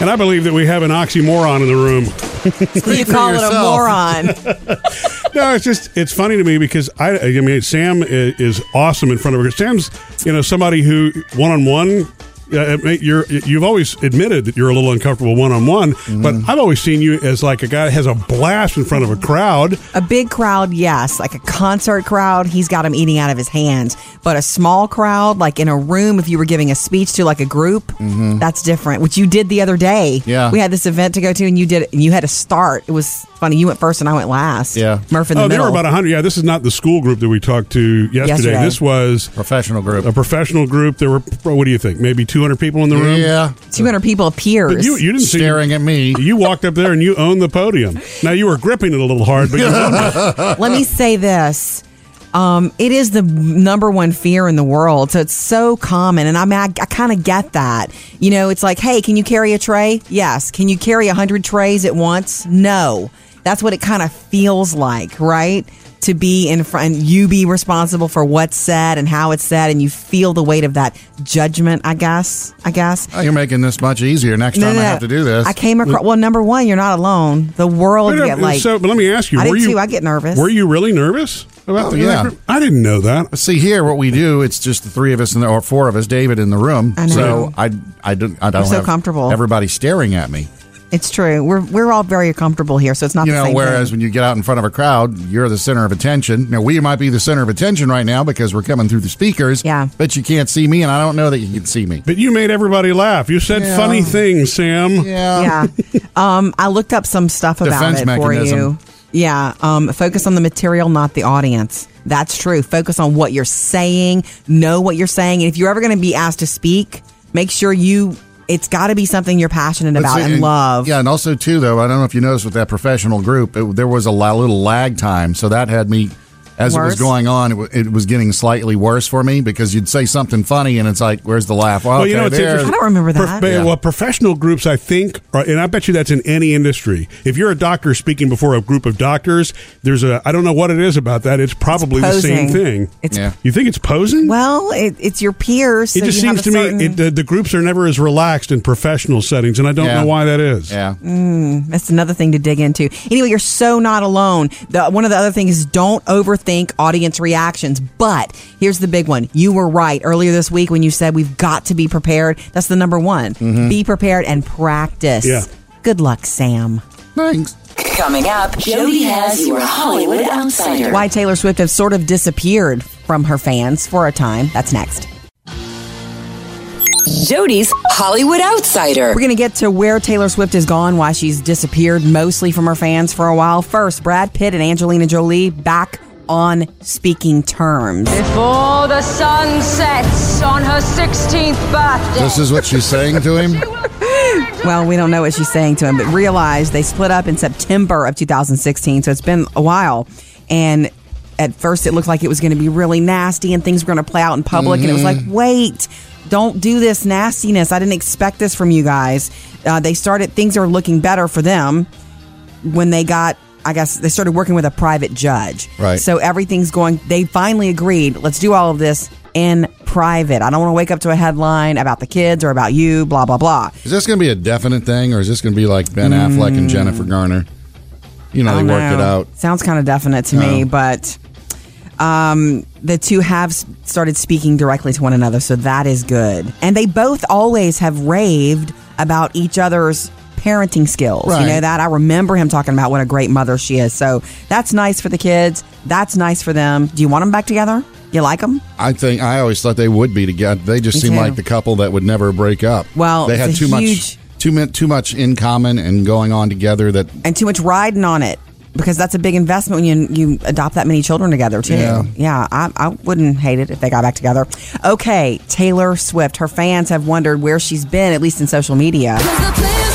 [SPEAKER 1] And I believe that we have an oxymoron in the room.
[SPEAKER 2] You call it a moron.
[SPEAKER 1] no, it's just it's funny to me because I I mean Sam i- is awesome in front of her. Sam's you know somebody who one on one. You're, you've always admitted that you're a little uncomfortable one on one, but
[SPEAKER 2] Mm-hmm.
[SPEAKER 1] I've always seen you as like a guy that has a blast in front of a crowd.
[SPEAKER 2] A big crowd, yes, like a concert crowd, he's got him eating out of his hands. But a small crowd, like in a room, if you were giving a speech to like a group, that's different. Which you did the other day.
[SPEAKER 3] Yeah.
[SPEAKER 2] we had this event to go to, and you did, and you had to start. It was funny. You went first, and I went last.
[SPEAKER 1] Yeah.
[SPEAKER 2] Murph in the
[SPEAKER 1] oh,
[SPEAKER 2] middle.
[SPEAKER 1] there were about hundred. Yeah, this is not the school group that we talked to yesterday.
[SPEAKER 2] Yesterday.
[SPEAKER 1] This was
[SPEAKER 3] professional group.
[SPEAKER 1] A professional group. There were what do you think? Maybe two hundred people in the room.
[SPEAKER 3] Yeah,
[SPEAKER 2] two hundred people
[SPEAKER 1] But
[SPEAKER 2] appears.
[SPEAKER 1] you, you didn't
[SPEAKER 3] staring at me.
[SPEAKER 1] You walked up there and you owned the podium. Now you were gripping it a little hard, but you owned it.
[SPEAKER 2] Let me say this. Um, it is the number one fear in the world. So it's so common. And I mean, I, I kind of get that. You know, it's like, hey, can you carry a tray? Yes. Can you carry a 100 trays at once? No. That's what it kind of feels like, right? To be in front, you be responsible for what's said and how it's said, and you feel the weight of that judgment, I guess. I guess.
[SPEAKER 3] Oh, you're making this much easier next time I have to do this. um,
[SPEAKER 2] I came across, well, number one, you're not alone. The world,
[SPEAKER 1] Wait,
[SPEAKER 2] get
[SPEAKER 1] uh,
[SPEAKER 2] Oh, like,
[SPEAKER 1] so, but let me ask you,
[SPEAKER 2] I
[SPEAKER 1] were
[SPEAKER 2] did
[SPEAKER 1] you-
[SPEAKER 2] too. I get nervous.
[SPEAKER 1] Were you really nervous about
[SPEAKER 3] Oh,
[SPEAKER 1] the
[SPEAKER 3] yeah.
[SPEAKER 1] I didn't know that.
[SPEAKER 3] See here, what we do, it's just the three of us in the, or four of us, David in the room.
[SPEAKER 2] I know.
[SPEAKER 3] So I, I don't, I don't
[SPEAKER 2] so
[SPEAKER 3] have
[SPEAKER 2] comfortable.
[SPEAKER 3] Everybody staring at me.
[SPEAKER 2] It's true. We're we're all very comfortable here, so it's not
[SPEAKER 3] You
[SPEAKER 2] the
[SPEAKER 3] know,
[SPEAKER 2] same
[SPEAKER 3] whereas
[SPEAKER 2] thing.
[SPEAKER 3] when you get out in front of a crowd, you're the center of attention. Now we might be the center of attention right now because we're coming through the speakers. Yeah. But you can't see me, and I don't know that you can see me.
[SPEAKER 1] But you made everybody laugh. You said
[SPEAKER 3] Yeah.
[SPEAKER 1] funny things, Sam.
[SPEAKER 2] Yeah. um, I looked up some stuff about
[SPEAKER 1] Defense
[SPEAKER 2] it
[SPEAKER 1] mechanism.
[SPEAKER 2] for you. Yeah. Um, focus on the material, not the audience. That's true. Focus on what you're saying. Know what you're saying, and if you're ever going to be asked to speak, make sure you. It's got to be something you're passionate
[SPEAKER 3] But
[SPEAKER 2] about
[SPEAKER 3] see,
[SPEAKER 2] and love.
[SPEAKER 3] Yeah, and also too though, I don't know if you noticed with that professional group, it, there was a la- little lag time, so that had me as it
[SPEAKER 2] Worse?
[SPEAKER 3] was going on, it, w- it was getting slightly worse for me because you'd say something funny and it's like, "Where's the laugh?" Well, okay, there's-
[SPEAKER 1] Prof- Well, professional groups, I think, are, and I bet you that's in any industry. If you're a doctor speaking before a group of doctors, there's a I don't know what it is about that. It's probably the same
[SPEAKER 2] posing.
[SPEAKER 1] thing.
[SPEAKER 2] It's- Yeah.
[SPEAKER 1] You think it's posing?
[SPEAKER 2] Well, it, it's your peers.
[SPEAKER 1] It
[SPEAKER 2] so
[SPEAKER 1] just
[SPEAKER 2] you have
[SPEAKER 1] seems
[SPEAKER 2] a
[SPEAKER 1] to me it, the, the groups are never as relaxed in professional settings, and I don't
[SPEAKER 2] Yeah.
[SPEAKER 1] know why that is.
[SPEAKER 3] Yeah.
[SPEAKER 2] Mm, that's another thing to dig into. Anyway, you're so not alone. The, one of the other things is don't overthink audience reactions. But here's the big one. You were right earlier this week when you said we've got to be prepared. That's the number one.
[SPEAKER 4] Mhm.
[SPEAKER 2] Be prepared and practice.
[SPEAKER 4] Yeah.
[SPEAKER 2] Good luck, Sam.
[SPEAKER 3] Thanks.
[SPEAKER 4] Coming up, Jody has your Hollywood Outsider.
[SPEAKER 2] Why Taylor Swift has sort of disappeared from her fans for a time. That's next.
[SPEAKER 4] Jody's Hollywood Outsider.
[SPEAKER 2] We're going to get to where Taylor Swift is gone, why she's disappeared mostly from her fans for a while. First, Brad Pitt and Angelina Jolie back on speaking terms.
[SPEAKER 5] Before the sun sets on her 16th birthday.
[SPEAKER 3] This is what she's saying to him.
[SPEAKER 2] Well, we don't know what she's saying to him, but realize they split up in September of 2016, so it's been a while. And at first, it looked like it was going to be really nasty and things were going to play out in public. And it was
[SPEAKER 13] Mhm.
[SPEAKER 2] like, wait, don't do this nastiness. I didn't expect this from you guys. Uh, they started, things are looking better for them when they got. I guess they started working with a private judge.
[SPEAKER 13] Right.
[SPEAKER 2] So everything's going, they finally agreed, let's do all of this in private. I don't want to wake up to a headline about the kids or about you, blah, blah, blah.
[SPEAKER 3] Is this going to be a definite thing, or is this going to be like Ben Affleck
[SPEAKER 2] Mm.
[SPEAKER 3] and Jennifer Garner? You know,
[SPEAKER 2] I
[SPEAKER 3] they
[SPEAKER 2] don't
[SPEAKER 3] worked it
[SPEAKER 2] know.
[SPEAKER 3] out.
[SPEAKER 2] Sounds kind of definite to me,
[SPEAKER 3] Oh.
[SPEAKER 2] but um, the two have s- started speaking directly to one another, so that is good. And they both always have raved about each other's parenting skills. You know
[SPEAKER 13] Right.
[SPEAKER 2] that I remember him talking about what a great mother she is. So that's nice for the kids. That's nice for them. Do you want them back together? You like them?
[SPEAKER 3] I think I always thought they would be together. They just
[SPEAKER 2] Me
[SPEAKER 3] seem
[SPEAKER 2] too.
[SPEAKER 3] like the couple that would never break up.
[SPEAKER 2] Well,
[SPEAKER 3] they had
[SPEAKER 2] it's a
[SPEAKER 3] too
[SPEAKER 2] huge-
[SPEAKER 3] much too much too much in common and going on together that
[SPEAKER 2] And too much riding on it because that's a big investment when you you adopt that many children together too.
[SPEAKER 3] Yeah.
[SPEAKER 2] Yeah, I, I wouldn't hate it if they got back together. Okay, Taylor Swift. Her fans have wondered where she's been, at least in social media.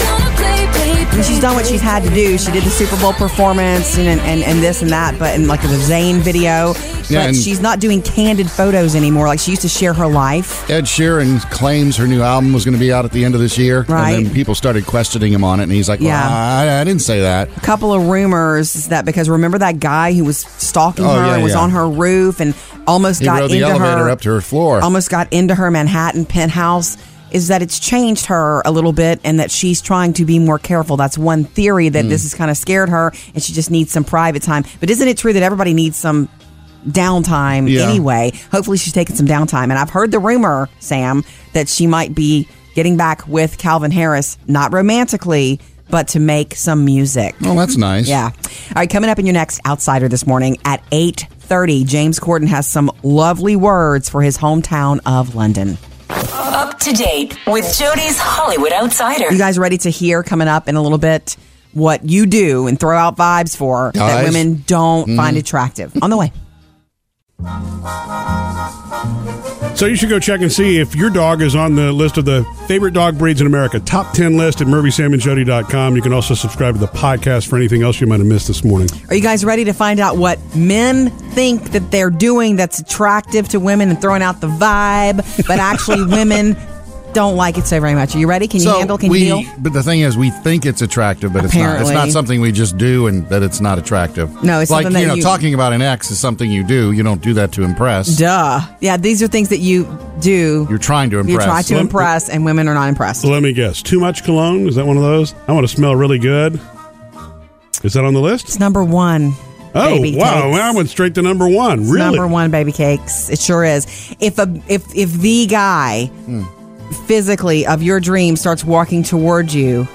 [SPEAKER 2] I mean, she's done what she's had to do. She did the Super Bowl performance and, and, and this and that, but and like the Zayn video.
[SPEAKER 3] Yeah,
[SPEAKER 2] but
[SPEAKER 3] and-
[SPEAKER 2] she's not doing candid photos anymore. Like she used to share her life.
[SPEAKER 3] Ed Sheeran claims her new album was going to be out at the end of this year,
[SPEAKER 2] Right.
[SPEAKER 3] and then people started questioning him on it, and he's like, well,
[SPEAKER 2] Yeah.
[SPEAKER 3] I, I didn't say that."
[SPEAKER 2] a couple of rumors is that because remember that guy who was stalking
[SPEAKER 3] Oh,
[SPEAKER 2] her
[SPEAKER 3] yeah,
[SPEAKER 2] and was
[SPEAKER 3] yeah.
[SPEAKER 2] on her roof and almost
[SPEAKER 3] He
[SPEAKER 2] got
[SPEAKER 3] rode the
[SPEAKER 2] into
[SPEAKER 3] elevator
[SPEAKER 2] her
[SPEAKER 3] up to her floor.
[SPEAKER 2] almost got into her Manhattan penthouse is that it's changed her a little bit and that she's trying to be more careful. That's one theory that
[SPEAKER 13] Mm.
[SPEAKER 3] Hmm.
[SPEAKER 2] this has kind of scared her and she just needs some private time. But isn't it true that everybody needs some downtime
[SPEAKER 13] Yeah.
[SPEAKER 2] anyway? Hopefully she's taking some downtime. And I've heard the rumor, Sam, that she might be getting back with Calvin Harris, not romantically, but to make some music.
[SPEAKER 3] Oh, that's nice.
[SPEAKER 2] Yeah. All right, coming up in your next Outsider this morning at 8.30, James Corden has some lovely words for his hometown of London.
[SPEAKER 4] Up to date with Jody's Hollywood Outsider.
[SPEAKER 2] You guys ready to hear coming up in a little bit what you do and throw out vibes for that
[SPEAKER 4] Guys?
[SPEAKER 2] women don't
[SPEAKER 3] Mm-hmm.
[SPEAKER 4] Mm.
[SPEAKER 2] find attractive? On the way.
[SPEAKER 1] So you should go check and see if your dog is on the list of the favorite dog breeds in America. Top 10 list at murphysamandjody.com. You can also subscribe to the podcast for anything else you might have missed this morning.
[SPEAKER 2] Are you guys ready to find out what men think that they're doing that's attractive to women and throwing out the vibe, but actually women don't like it so very much? Are you ready? Can you
[SPEAKER 3] so
[SPEAKER 2] handle? Can
[SPEAKER 3] we,
[SPEAKER 2] you deal?
[SPEAKER 3] But the thing is, we think it's attractive, but it's
[SPEAKER 2] Apparently.
[SPEAKER 3] not. It's not something we just do, and that it's not attractive.
[SPEAKER 2] No, it's
[SPEAKER 3] like
[SPEAKER 2] something that
[SPEAKER 3] you know,
[SPEAKER 2] you-
[SPEAKER 3] talking about an ex is something you do. You don't do that to impress.
[SPEAKER 2] Duh. Yeah, these are things that you do.
[SPEAKER 3] You're trying to
[SPEAKER 2] You
[SPEAKER 3] impress.
[SPEAKER 2] try to impress, and women are not impressed.
[SPEAKER 1] Let me guess. Too much cologne? Is that one of those? I want to smell really good. Is that on the list? It's
[SPEAKER 2] number one.
[SPEAKER 1] Oh,
[SPEAKER 2] Baby
[SPEAKER 1] wow.
[SPEAKER 2] cakes.
[SPEAKER 1] Well, I went straight to number one.
[SPEAKER 2] It's
[SPEAKER 1] really?
[SPEAKER 2] Number one, baby cakes. It sure is. If a if if the guy
[SPEAKER 3] Hmm.
[SPEAKER 2] physically of your dream starts walking toward you,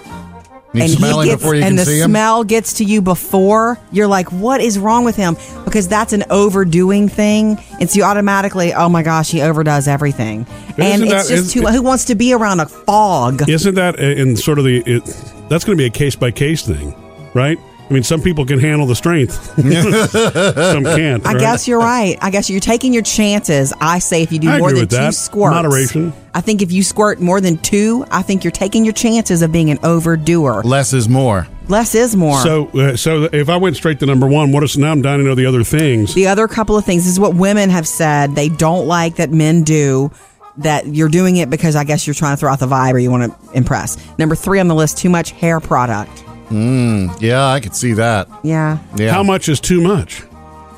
[SPEAKER 3] You smell him
[SPEAKER 2] gets,
[SPEAKER 3] before you
[SPEAKER 2] and
[SPEAKER 3] can
[SPEAKER 2] the
[SPEAKER 3] see him?
[SPEAKER 2] smell gets to you before you're like, what is wrong with him? Because that's an overdoing thing, and so you automatically, oh my gosh, he overdoes everything, and
[SPEAKER 1] Isn't
[SPEAKER 2] it's
[SPEAKER 1] that-
[SPEAKER 2] just
[SPEAKER 1] is-
[SPEAKER 2] too. who wants to be around a fog?
[SPEAKER 1] Isn't that in sort of the it, that's going to be a case by case thing, right? I mean, some people can handle the strength. some can't.
[SPEAKER 2] I
[SPEAKER 1] right?
[SPEAKER 2] guess you're right. I guess you're taking your chances. I say if you do
[SPEAKER 1] I
[SPEAKER 2] more
[SPEAKER 1] agree
[SPEAKER 2] than
[SPEAKER 1] with
[SPEAKER 2] two
[SPEAKER 1] that.
[SPEAKER 2] squirts,
[SPEAKER 1] Moderation.
[SPEAKER 2] I think if you squirt more than two, I think you're taking your chances of being an overdoer.
[SPEAKER 3] Less is more.
[SPEAKER 2] Less is more.
[SPEAKER 1] So, uh, so if I went straight to number one, what is now? I'm dying to know the other things.
[SPEAKER 2] The other couple of things this is what women have said they don't like that men do. That you're doing it because I guess you're trying to throw out the vibe or you want to impress. Number three on the list: too much hair product.
[SPEAKER 3] Mm, yeah, I could see that.
[SPEAKER 2] Yeah.
[SPEAKER 3] Yeah.
[SPEAKER 1] How much is too much?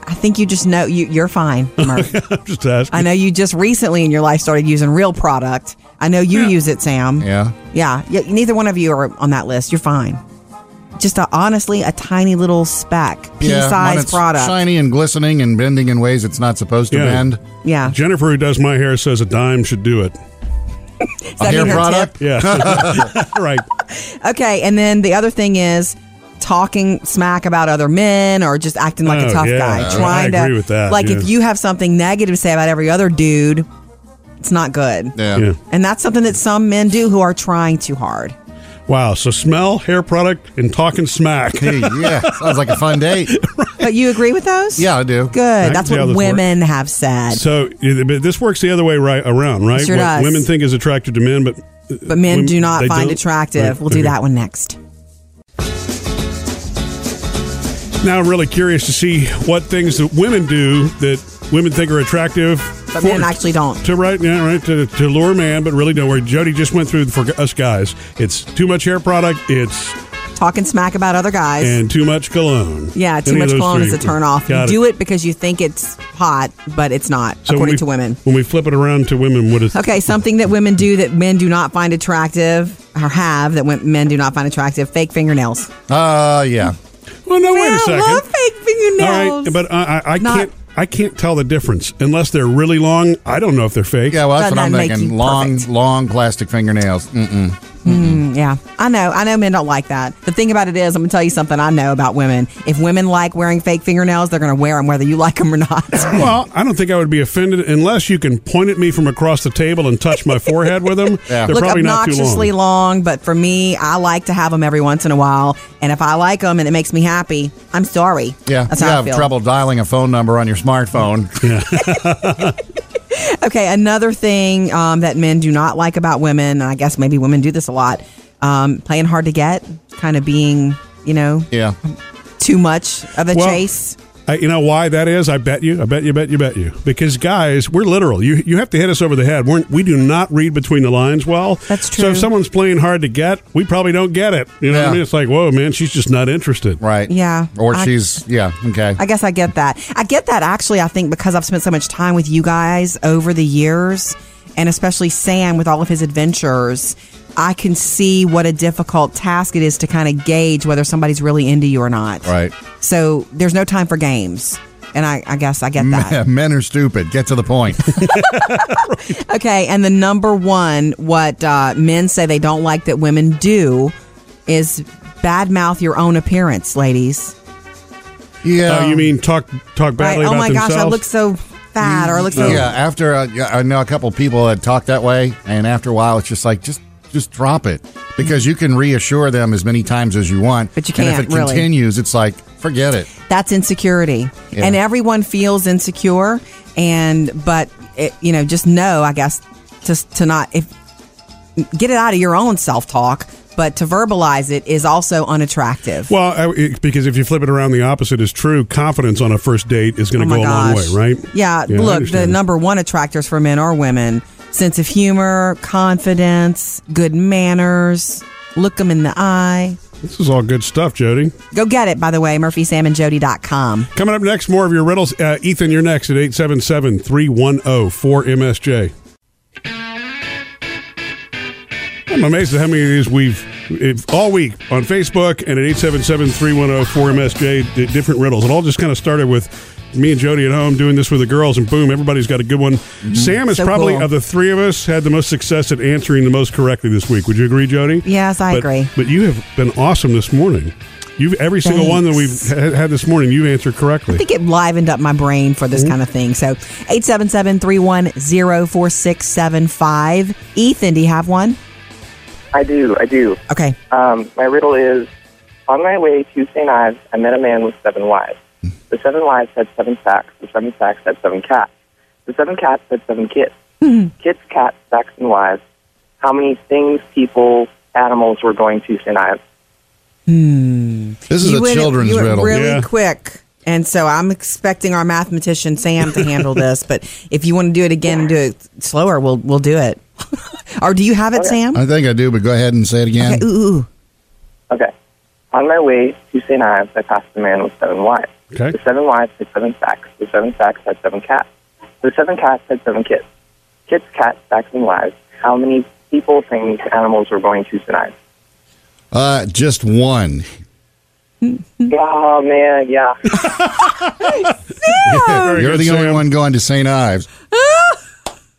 [SPEAKER 2] I think you just know you, you're fine. Murph.
[SPEAKER 1] I'm just asking.
[SPEAKER 2] I know you just recently in your life started using real product. I know you use it, Sam.
[SPEAKER 3] Yeah.
[SPEAKER 2] Yeah. yeah. Neither one of you are on that list. You're fine. Just a, honestly a tiny little speck, pea
[SPEAKER 3] Yeah, when
[SPEAKER 2] sized
[SPEAKER 3] it's
[SPEAKER 2] product.
[SPEAKER 3] Shiny and glistening and bending in ways it's not supposed to
[SPEAKER 1] Yeah.
[SPEAKER 3] bend.
[SPEAKER 2] Yeah.
[SPEAKER 1] Jennifer, who does my hair, says a dime should do it.
[SPEAKER 2] that A hair mean her product? tip?
[SPEAKER 1] Yeah. right.
[SPEAKER 2] Okay. And then the other thing is talking smack about other men or just acting like a
[SPEAKER 1] Oh,
[SPEAKER 2] tough
[SPEAKER 1] yeah.
[SPEAKER 2] guy.
[SPEAKER 1] I
[SPEAKER 2] Trying to
[SPEAKER 1] agree with that,
[SPEAKER 2] like
[SPEAKER 1] yeah.
[SPEAKER 2] if you have something negative to say about every other dude, it's not good.
[SPEAKER 3] Yeah.
[SPEAKER 1] Yeah.
[SPEAKER 2] And that's something that some men do who are trying too hard.
[SPEAKER 1] Wow. So smell, hair product, and talking smack.
[SPEAKER 3] yeah. Sounds like a fun date.
[SPEAKER 2] But you agree with those?
[SPEAKER 3] Yeah, I do.
[SPEAKER 1] I
[SPEAKER 2] Good.
[SPEAKER 1] can
[SPEAKER 2] That's
[SPEAKER 1] see how
[SPEAKER 2] what
[SPEAKER 1] this
[SPEAKER 2] women have said.
[SPEAKER 1] So yeah, but this works the other way right around, right?
[SPEAKER 2] It sure
[SPEAKER 1] What
[SPEAKER 2] does.
[SPEAKER 1] Women think is attractive to men, but uh,
[SPEAKER 2] but men
[SPEAKER 1] women-
[SPEAKER 2] do not
[SPEAKER 1] they
[SPEAKER 2] find
[SPEAKER 1] don't?
[SPEAKER 2] attractive.
[SPEAKER 1] Right,
[SPEAKER 2] We'll do
[SPEAKER 1] okay.
[SPEAKER 2] that one next.
[SPEAKER 1] Now I'm really curious to see what things that women do that women think are attractive.
[SPEAKER 2] But men actually don't.
[SPEAKER 1] To right, yeah, right to, to lure man, but really don't. Where Jody just went through for us guys, it's too much hair product, it's
[SPEAKER 2] Talking smack about other guys.
[SPEAKER 1] and too much cologne.
[SPEAKER 2] yeah, too
[SPEAKER 1] Any of
[SPEAKER 2] much
[SPEAKER 1] those
[SPEAKER 2] cologne is
[SPEAKER 1] three.
[SPEAKER 2] a turn off. You
[SPEAKER 1] Got
[SPEAKER 2] do it because you think it's hot, but it's not,
[SPEAKER 1] So when
[SPEAKER 2] according
[SPEAKER 1] we-
[SPEAKER 2] to women.
[SPEAKER 1] When we flip it around to women, what is
[SPEAKER 2] Okay, something that women do that men do not find attractive or have that wom- men do not find attractive fake fingernails.
[SPEAKER 3] Uh, yeah.
[SPEAKER 1] Well, no, wait
[SPEAKER 2] Man,
[SPEAKER 1] a
[SPEAKER 2] I
[SPEAKER 1] second.
[SPEAKER 2] love fake fingernails.
[SPEAKER 1] All right, but I, I, I
[SPEAKER 2] Not-
[SPEAKER 1] can't. I can't tell the difference unless they're really long. I don't know if they're fake.
[SPEAKER 3] Yeah, well, that's
[SPEAKER 2] Doesn't
[SPEAKER 3] what I'm
[SPEAKER 2] that make
[SPEAKER 3] thinking.
[SPEAKER 2] you
[SPEAKER 3] Long, long plastic fingernails. Mm-mm.
[SPEAKER 2] Mm, yeah, I know. I know men don't like that. The thing about it is, I'm gonna tell you something I know about women. If women like wearing fake fingernails, they're gonna wear them whether you like them or not.
[SPEAKER 1] Well, I don't think I would be offended unless you can point at me from across the table and touch my forehead with them.
[SPEAKER 3] Yeah.
[SPEAKER 1] They're
[SPEAKER 2] Look
[SPEAKER 1] probably not too long.
[SPEAKER 2] obnoxiously long. but for me, I like to have them every once in a while. And if I like them and it makes me happy, I'm sorry.
[SPEAKER 3] Yeah,
[SPEAKER 2] that's
[SPEAKER 3] you
[SPEAKER 2] how I
[SPEAKER 3] have
[SPEAKER 2] feel.
[SPEAKER 3] trouble dialing a phone number on your smartphone.
[SPEAKER 2] Okay, another thing um, that men do not like about women, and I guess maybe women do this a lot, um, playing hard to get, kind of being, you know,
[SPEAKER 3] yeah,
[SPEAKER 2] too much of a
[SPEAKER 1] Well,
[SPEAKER 2] chase.
[SPEAKER 1] I, you know why that is? I bet you. I bet you. Bet you. Bet you. Because guys, we're literal. You you have to hit us over the head. We're, we do not read between the lines well.
[SPEAKER 2] That's
[SPEAKER 1] So
[SPEAKER 2] true.
[SPEAKER 1] if someone's playing hard to get, we probably don't get it. You know what
[SPEAKER 3] Yeah.
[SPEAKER 1] I mean? It's like, whoa, man, she's just not interested.
[SPEAKER 3] right.
[SPEAKER 2] Yeah.
[SPEAKER 3] Or
[SPEAKER 2] I-
[SPEAKER 3] she's, yeah, okay.
[SPEAKER 2] I guess I get that. I get that actually, I think, because I've spent so much time with you guys over the years, and especially Sam with all of his adventures. I can see what a difficult task it is to kind of gauge whether somebody's really into you or not.
[SPEAKER 3] right.
[SPEAKER 2] So there's no time for games. And I, I guess I get that.
[SPEAKER 3] Men are stupid. Get to the point.
[SPEAKER 2] okay. And the number one, what uh, men say they don't like that women do is badmouth your own appearance, ladies.
[SPEAKER 3] yeah.
[SPEAKER 1] Oh, you mean talk talk
[SPEAKER 2] Um, Right?
[SPEAKER 1] badly
[SPEAKER 2] Oh
[SPEAKER 1] about
[SPEAKER 2] my
[SPEAKER 1] themselves?
[SPEAKER 2] gosh, I look so fat or I look so.
[SPEAKER 3] yeah, after uh, yeah, I know a couple people that talk that way, and after a while, it's just like just just drop it because you can reassure them as many times as you want.
[SPEAKER 2] But you
[SPEAKER 3] And
[SPEAKER 2] can't,
[SPEAKER 3] if it
[SPEAKER 2] really.
[SPEAKER 3] continues, it's like forget it.
[SPEAKER 2] that's insecurity
[SPEAKER 3] Yeah.
[SPEAKER 2] and everyone feels insecure and but it, you know just know i guess just to not if get it out of your own self-talk but to verbalize it is also unattractive
[SPEAKER 1] Well, I, it- because if you flip it around, the opposite is true. Confidence on a first date is going to go a long way, right?
[SPEAKER 2] Oh yeah,
[SPEAKER 1] I
[SPEAKER 2] look the
[SPEAKER 1] understand.
[SPEAKER 2] number one attractors for men are women sense of humor confidence good manners look them in the eye
[SPEAKER 1] This is all good stuff, Jody.
[SPEAKER 2] go get it by the way murphysamandjody.com
[SPEAKER 1] Coming up next, more of your riddles. Uh, Ethan, you're next at 877 310 4MSJ. I'm amazed at how many of these we've if, all week on Facebook and at 877 310 4MSJ, di- different riddles. It all just kind of started with me and Jody at home doing this with the girls, and boom, everybody's got a good one. Sam is
[SPEAKER 2] Mm-hmm. So
[SPEAKER 1] probably,
[SPEAKER 2] cool.
[SPEAKER 1] of the three of us, had the most success at answering the most correctly this week. Would you agree, Jody?
[SPEAKER 2] yes i
[SPEAKER 1] but,
[SPEAKER 2] agree
[SPEAKER 1] But you have been awesome this morning. You've every single one that we've
[SPEAKER 2] Thanks.
[SPEAKER 1] ha- had this morning, you've answered correctly.
[SPEAKER 2] I think it livened up my brain for
[SPEAKER 3] Mm-hmm.
[SPEAKER 2] this kind of thing. So 877-310-4675. Ethan, do you have one?
[SPEAKER 13] I do, I do.
[SPEAKER 2] Okay.
[SPEAKER 13] Um, my riddle is On my way Tuesday night, I met a man with seven wives. The seven wives had seven sacks. The seven sacks had seven cats. The seven cats had seven kids. Kids, cats, sacks, and wives. How many things, people, animals were going Tuesday night?
[SPEAKER 3] This is
[SPEAKER 2] You
[SPEAKER 3] a
[SPEAKER 2] went-
[SPEAKER 3] children's
[SPEAKER 2] you went
[SPEAKER 3] riddle.
[SPEAKER 2] Really quick. And so I'm expecting our mathematician Sam to handle this, but if you want to do it again and do it slower, we'll we'll do it. or do you have it, Sam?
[SPEAKER 3] I think I do, but go ahead and say it again.
[SPEAKER 2] Okay, ooh, ooh.
[SPEAKER 13] Okay. On my way to St. Ives, I passed a man with seven wives.
[SPEAKER 1] Okay.
[SPEAKER 13] The seven wives had seven sacks. The seven sacks had seven cats. The seven cats had seven kids. Kids, cats, sacks, and wives. How many people, things, animals were going to St. Ives?
[SPEAKER 3] Uh, just one.
[SPEAKER 13] oh, man, yeah.
[SPEAKER 3] You're the only one going to St. Ives.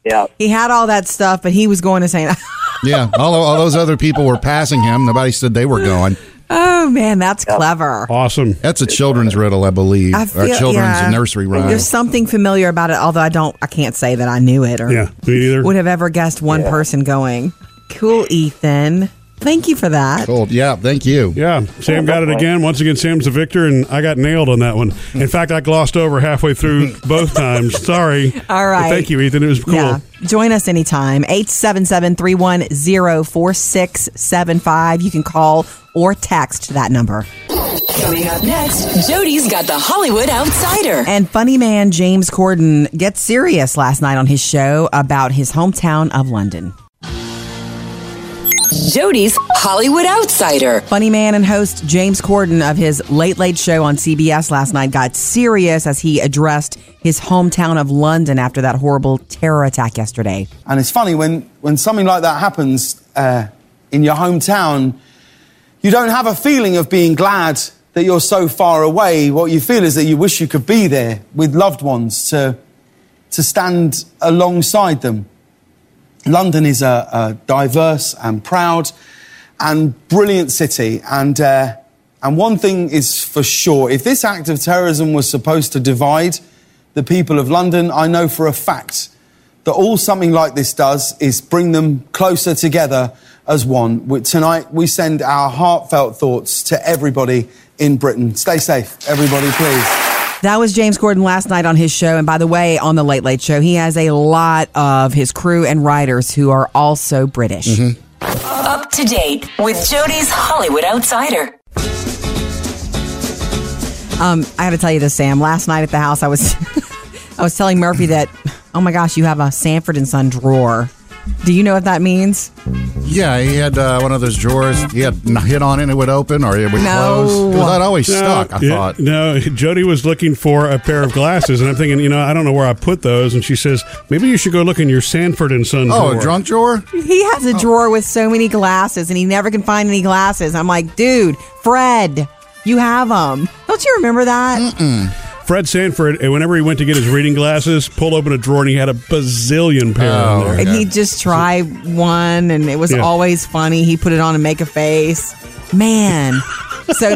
[SPEAKER 13] Yeah.
[SPEAKER 2] He had all that stuff, but he was going to St.
[SPEAKER 3] Yeah, all, all those other people were passing him. Nobody said they were going.
[SPEAKER 2] Oh man, that's clever.
[SPEAKER 1] Awesome.
[SPEAKER 3] That's a children's riddle, I believe,
[SPEAKER 2] I
[SPEAKER 3] or
[SPEAKER 2] feel-
[SPEAKER 3] children's
[SPEAKER 2] yeah.
[SPEAKER 3] nursery rhyme.
[SPEAKER 2] There's something familiar about it, although I don't, I can't say that I knew it or
[SPEAKER 1] Yeah, me neither.
[SPEAKER 2] would have ever guessed one person going. Cool, Ethan. Thank you for that.
[SPEAKER 3] Cool. Yeah, thank you.
[SPEAKER 1] Yeah, Sam got it again. Once again, Sam's the victor, and I got nailed on that one. In fact, I glossed over halfway through both times. Sorry.
[SPEAKER 2] All
[SPEAKER 1] But
[SPEAKER 2] right.
[SPEAKER 1] thank you, Ethan. It was cool.
[SPEAKER 2] Yeah. Join us anytime. 877-310-4675. You can call or text that number.
[SPEAKER 4] Coming up next, Jody's got the Hollywood Outsider.
[SPEAKER 2] And funny man James Corden gets serious last night on his show about his hometown of London.
[SPEAKER 4] Jody's Hollywood Outsider.
[SPEAKER 2] Funny man and host James Corden of his Late Late Show on CBS last night got serious as he addressed his hometown of London after that horrible terror attack yesterday.
[SPEAKER 9] And it's funny when, when something like that happens uh, in your hometown, you don't have a feeling of being glad that you're so far away. What you feel is that you wish you could be there with loved ones to, to stand alongside them. London is a, a diverse and proud and brilliant city. And, uh, and one thing is for sure if this act of terrorism was supposed to divide the people of London, I know for a fact that all something like this does is bring them closer together as one. We- Tonight, we send our heartfelt thoughts to everybody in Britain. Stay safe, everybody, please.
[SPEAKER 2] That was James Corden last night on his show. And by the way, on the Late Late Show, he has a lot of his crew and writers who are also British.
[SPEAKER 4] Up to date with Jody's Hollywood Outsider.
[SPEAKER 2] Um, I got to tell you this, Sam. Last night at the house, I was I was telling Murphy that, oh my gosh, you have a Sanford and Son drawer. Do you know what that means?
[SPEAKER 3] Yeah, he had uh, one of those drawers. He had a hit on it, and it would open, or it would
[SPEAKER 2] No.
[SPEAKER 3] close. It was that always
[SPEAKER 1] No,
[SPEAKER 3] stuck, I
[SPEAKER 1] yeah,
[SPEAKER 3] thought.
[SPEAKER 1] No, Jody was looking for a pair of glasses, and I'm thinking, you know, I don't know where I put those. And she says, maybe you should go look in your Sanford and Son
[SPEAKER 3] Oh,
[SPEAKER 1] drawer.
[SPEAKER 3] a drunk drawer?
[SPEAKER 2] He has a drawer with so many glasses, and he never can find any glasses. I'm like, dude, Fred, you have them. Don't you remember that?
[SPEAKER 1] Fred Sanford, and whenever he went to get his reading glasses, pulled open a drawer and he had a bazillion pair
[SPEAKER 3] Oh,
[SPEAKER 1] in there.
[SPEAKER 2] And he'd just try one, and it was
[SPEAKER 1] Yeah.
[SPEAKER 2] always funny. He put it on and make a face. Man. so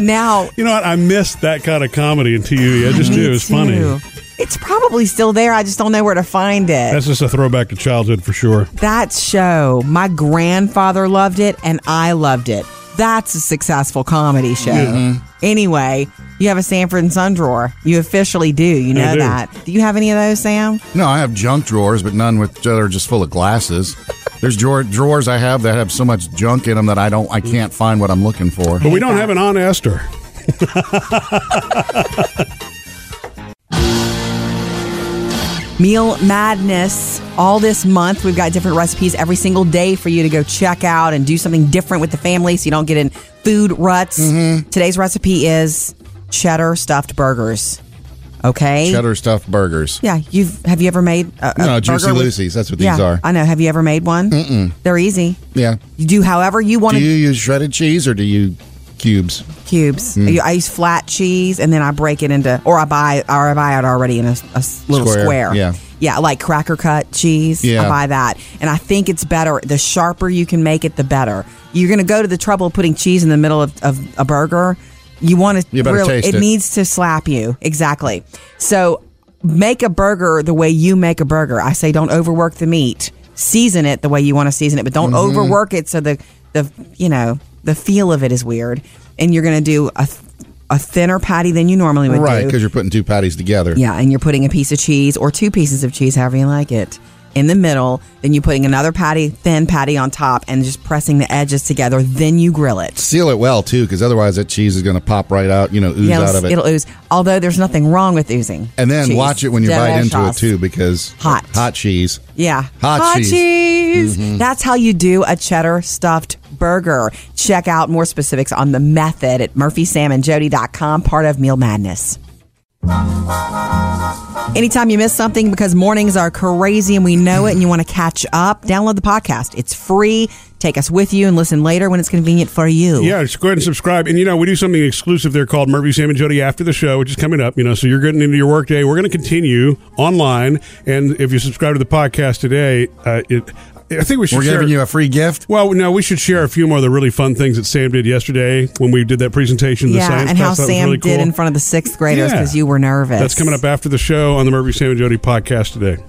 [SPEAKER 2] now.
[SPEAKER 1] You know what? I missed that kind of comedy in TV. I just
[SPEAKER 2] Me
[SPEAKER 1] do. It's funny.
[SPEAKER 2] too. It's probably still there. I just don't know where to find it.
[SPEAKER 1] That's just a throwback to childhood for sure.
[SPEAKER 2] That show, my grandfather loved it and I loved it. That's a successful comedy show.
[SPEAKER 1] Mhm.
[SPEAKER 2] Anyway, you have a Sanford and Son drawer. You officially do. You know
[SPEAKER 3] do.
[SPEAKER 2] that. Do you have any of those, Sam?
[SPEAKER 3] No, I have junk drawers, but none with that are just full of glasses. There's drawer, drawers I have that have so much junk in them that I don't, I can't find what I'm looking for.
[SPEAKER 1] But we don't have an on Esther.
[SPEAKER 2] Meal Madness. All this month, we've got different recipes every single day for you to go check out and do something different with the family so you don't get in food ruts.
[SPEAKER 3] Mm-hmm.
[SPEAKER 2] Today's recipe is cheddar stuffed burgers. Okay.
[SPEAKER 3] Cheddar stuffed burgers.
[SPEAKER 2] Yeah, you've have you ever made a, a
[SPEAKER 3] No, Juicy
[SPEAKER 2] Uh, burger with-
[SPEAKER 3] Lucy's, that's what these
[SPEAKER 2] Yeah,
[SPEAKER 3] are.
[SPEAKER 2] I know. Have you ever made one? Mm-mm. They're easy.
[SPEAKER 3] Yeah.
[SPEAKER 2] You do however you want
[SPEAKER 3] Do
[SPEAKER 2] to
[SPEAKER 3] you use shredded cheese or do you cubes?
[SPEAKER 2] cubes.
[SPEAKER 3] Mm.
[SPEAKER 2] You- I use flat cheese and then I break it into, or I buy, or I buy it already in a, a s- little
[SPEAKER 3] Square,
[SPEAKER 2] square.
[SPEAKER 3] yeah.
[SPEAKER 2] yeah, like cracker cut cheese. I
[SPEAKER 3] Yeah.
[SPEAKER 2] buy that, and I think it's better. The sharper you can make it, the better. You're going to go to the trouble of putting cheese in the middle of, of a burger. You want to
[SPEAKER 3] You better taste it.
[SPEAKER 2] needs to slap you exactly. So make a burger the way you make a burger. I say don't overwork the meat. Season it the way you want to season it, but don't
[SPEAKER 14] Mhm.
[SPEAKER 2] overwork it so the the you know the feel of it is weird. and you're going to do a, th- a thinner patty than you normally would
[SPEAKER 3] right,
[SPEAKER 2] do.
[SPEAKER 3] because you're putting two patties together.
[SPEAKER 2] Yeah, and you're putting a piece of cheese or two pieces of cheese, however you like it, in the middle. Then you're putting another patty, thin patty on top, and just pressing the edges together. Then you grill it.
[SPEAKER 3] Seal it well too, because otherwise that cheese is going to pop right out. You know, ooze
[SPEAKER 2] Yeah,
[SPEAKER 3] out of it.
[SPEAKER 2] It'll ooze. Although there's nothing wrong with oozing.
[SPEAKER 3] and then
[SPEAKER 2] cheese.
[SPEAKER 3] watch it when you
[SPEAKER 2] Double
[SPEAKER 3] bite into
[SPEAKER 2] sauce.
[SPEAKER 3] it too, because
[SPEAKER 2] Hot.
[SPEAKER 3] hot cheese.
[SPEAKER 2] Yeah.
[SPEAKER 3] Hot cheese. Mhm.
[SPEAKER 2] That's how you do a cheddar stuffed burger. Check out more specifics on the method at murphysamandjody.com, part of Meal Madness. Anytime you miss something because mornings are crazy and we know it and you want to catch up, download the podcast. It's free. Take us with you and listen later when it's convenient for you.
[SPEAKER 1] Yeah, just go ahead and subscribe. And you know, we do something exclusive there called Murphy, Sam, and Jody after the show, which is coming up. You know, so you're getting into your workday. We're going to continue online, and if you subscribe to the podcast today, uh, it. I think we should.
[SPEAKER 3] We're giving you
[SPEAKER 1] a
[SPEAKER 3] free gift.
[SPEAKER 1] Well, no, we should share a few more of the really fun things that Sam did yesterday when we did that presentation. of the
[SPEAKER 2] Yeah,
[SPEAKER 1] science
[SPEAKER 2] and how
[SPEAKER 1] class. That was
[SPEAKER 2] Sam
[SPEAKER 1] really
[SPEAKER 2] did
[SPEAKER 1] cool.
[SPEAKER 2] in front of the sixth graders
[SPEAKER 1] Yeah.
[SPEAKER 2] because you were nervous.
[SPEAKER 1] That's coming up after the show on the Murphy, Sam, and Jody podcast today.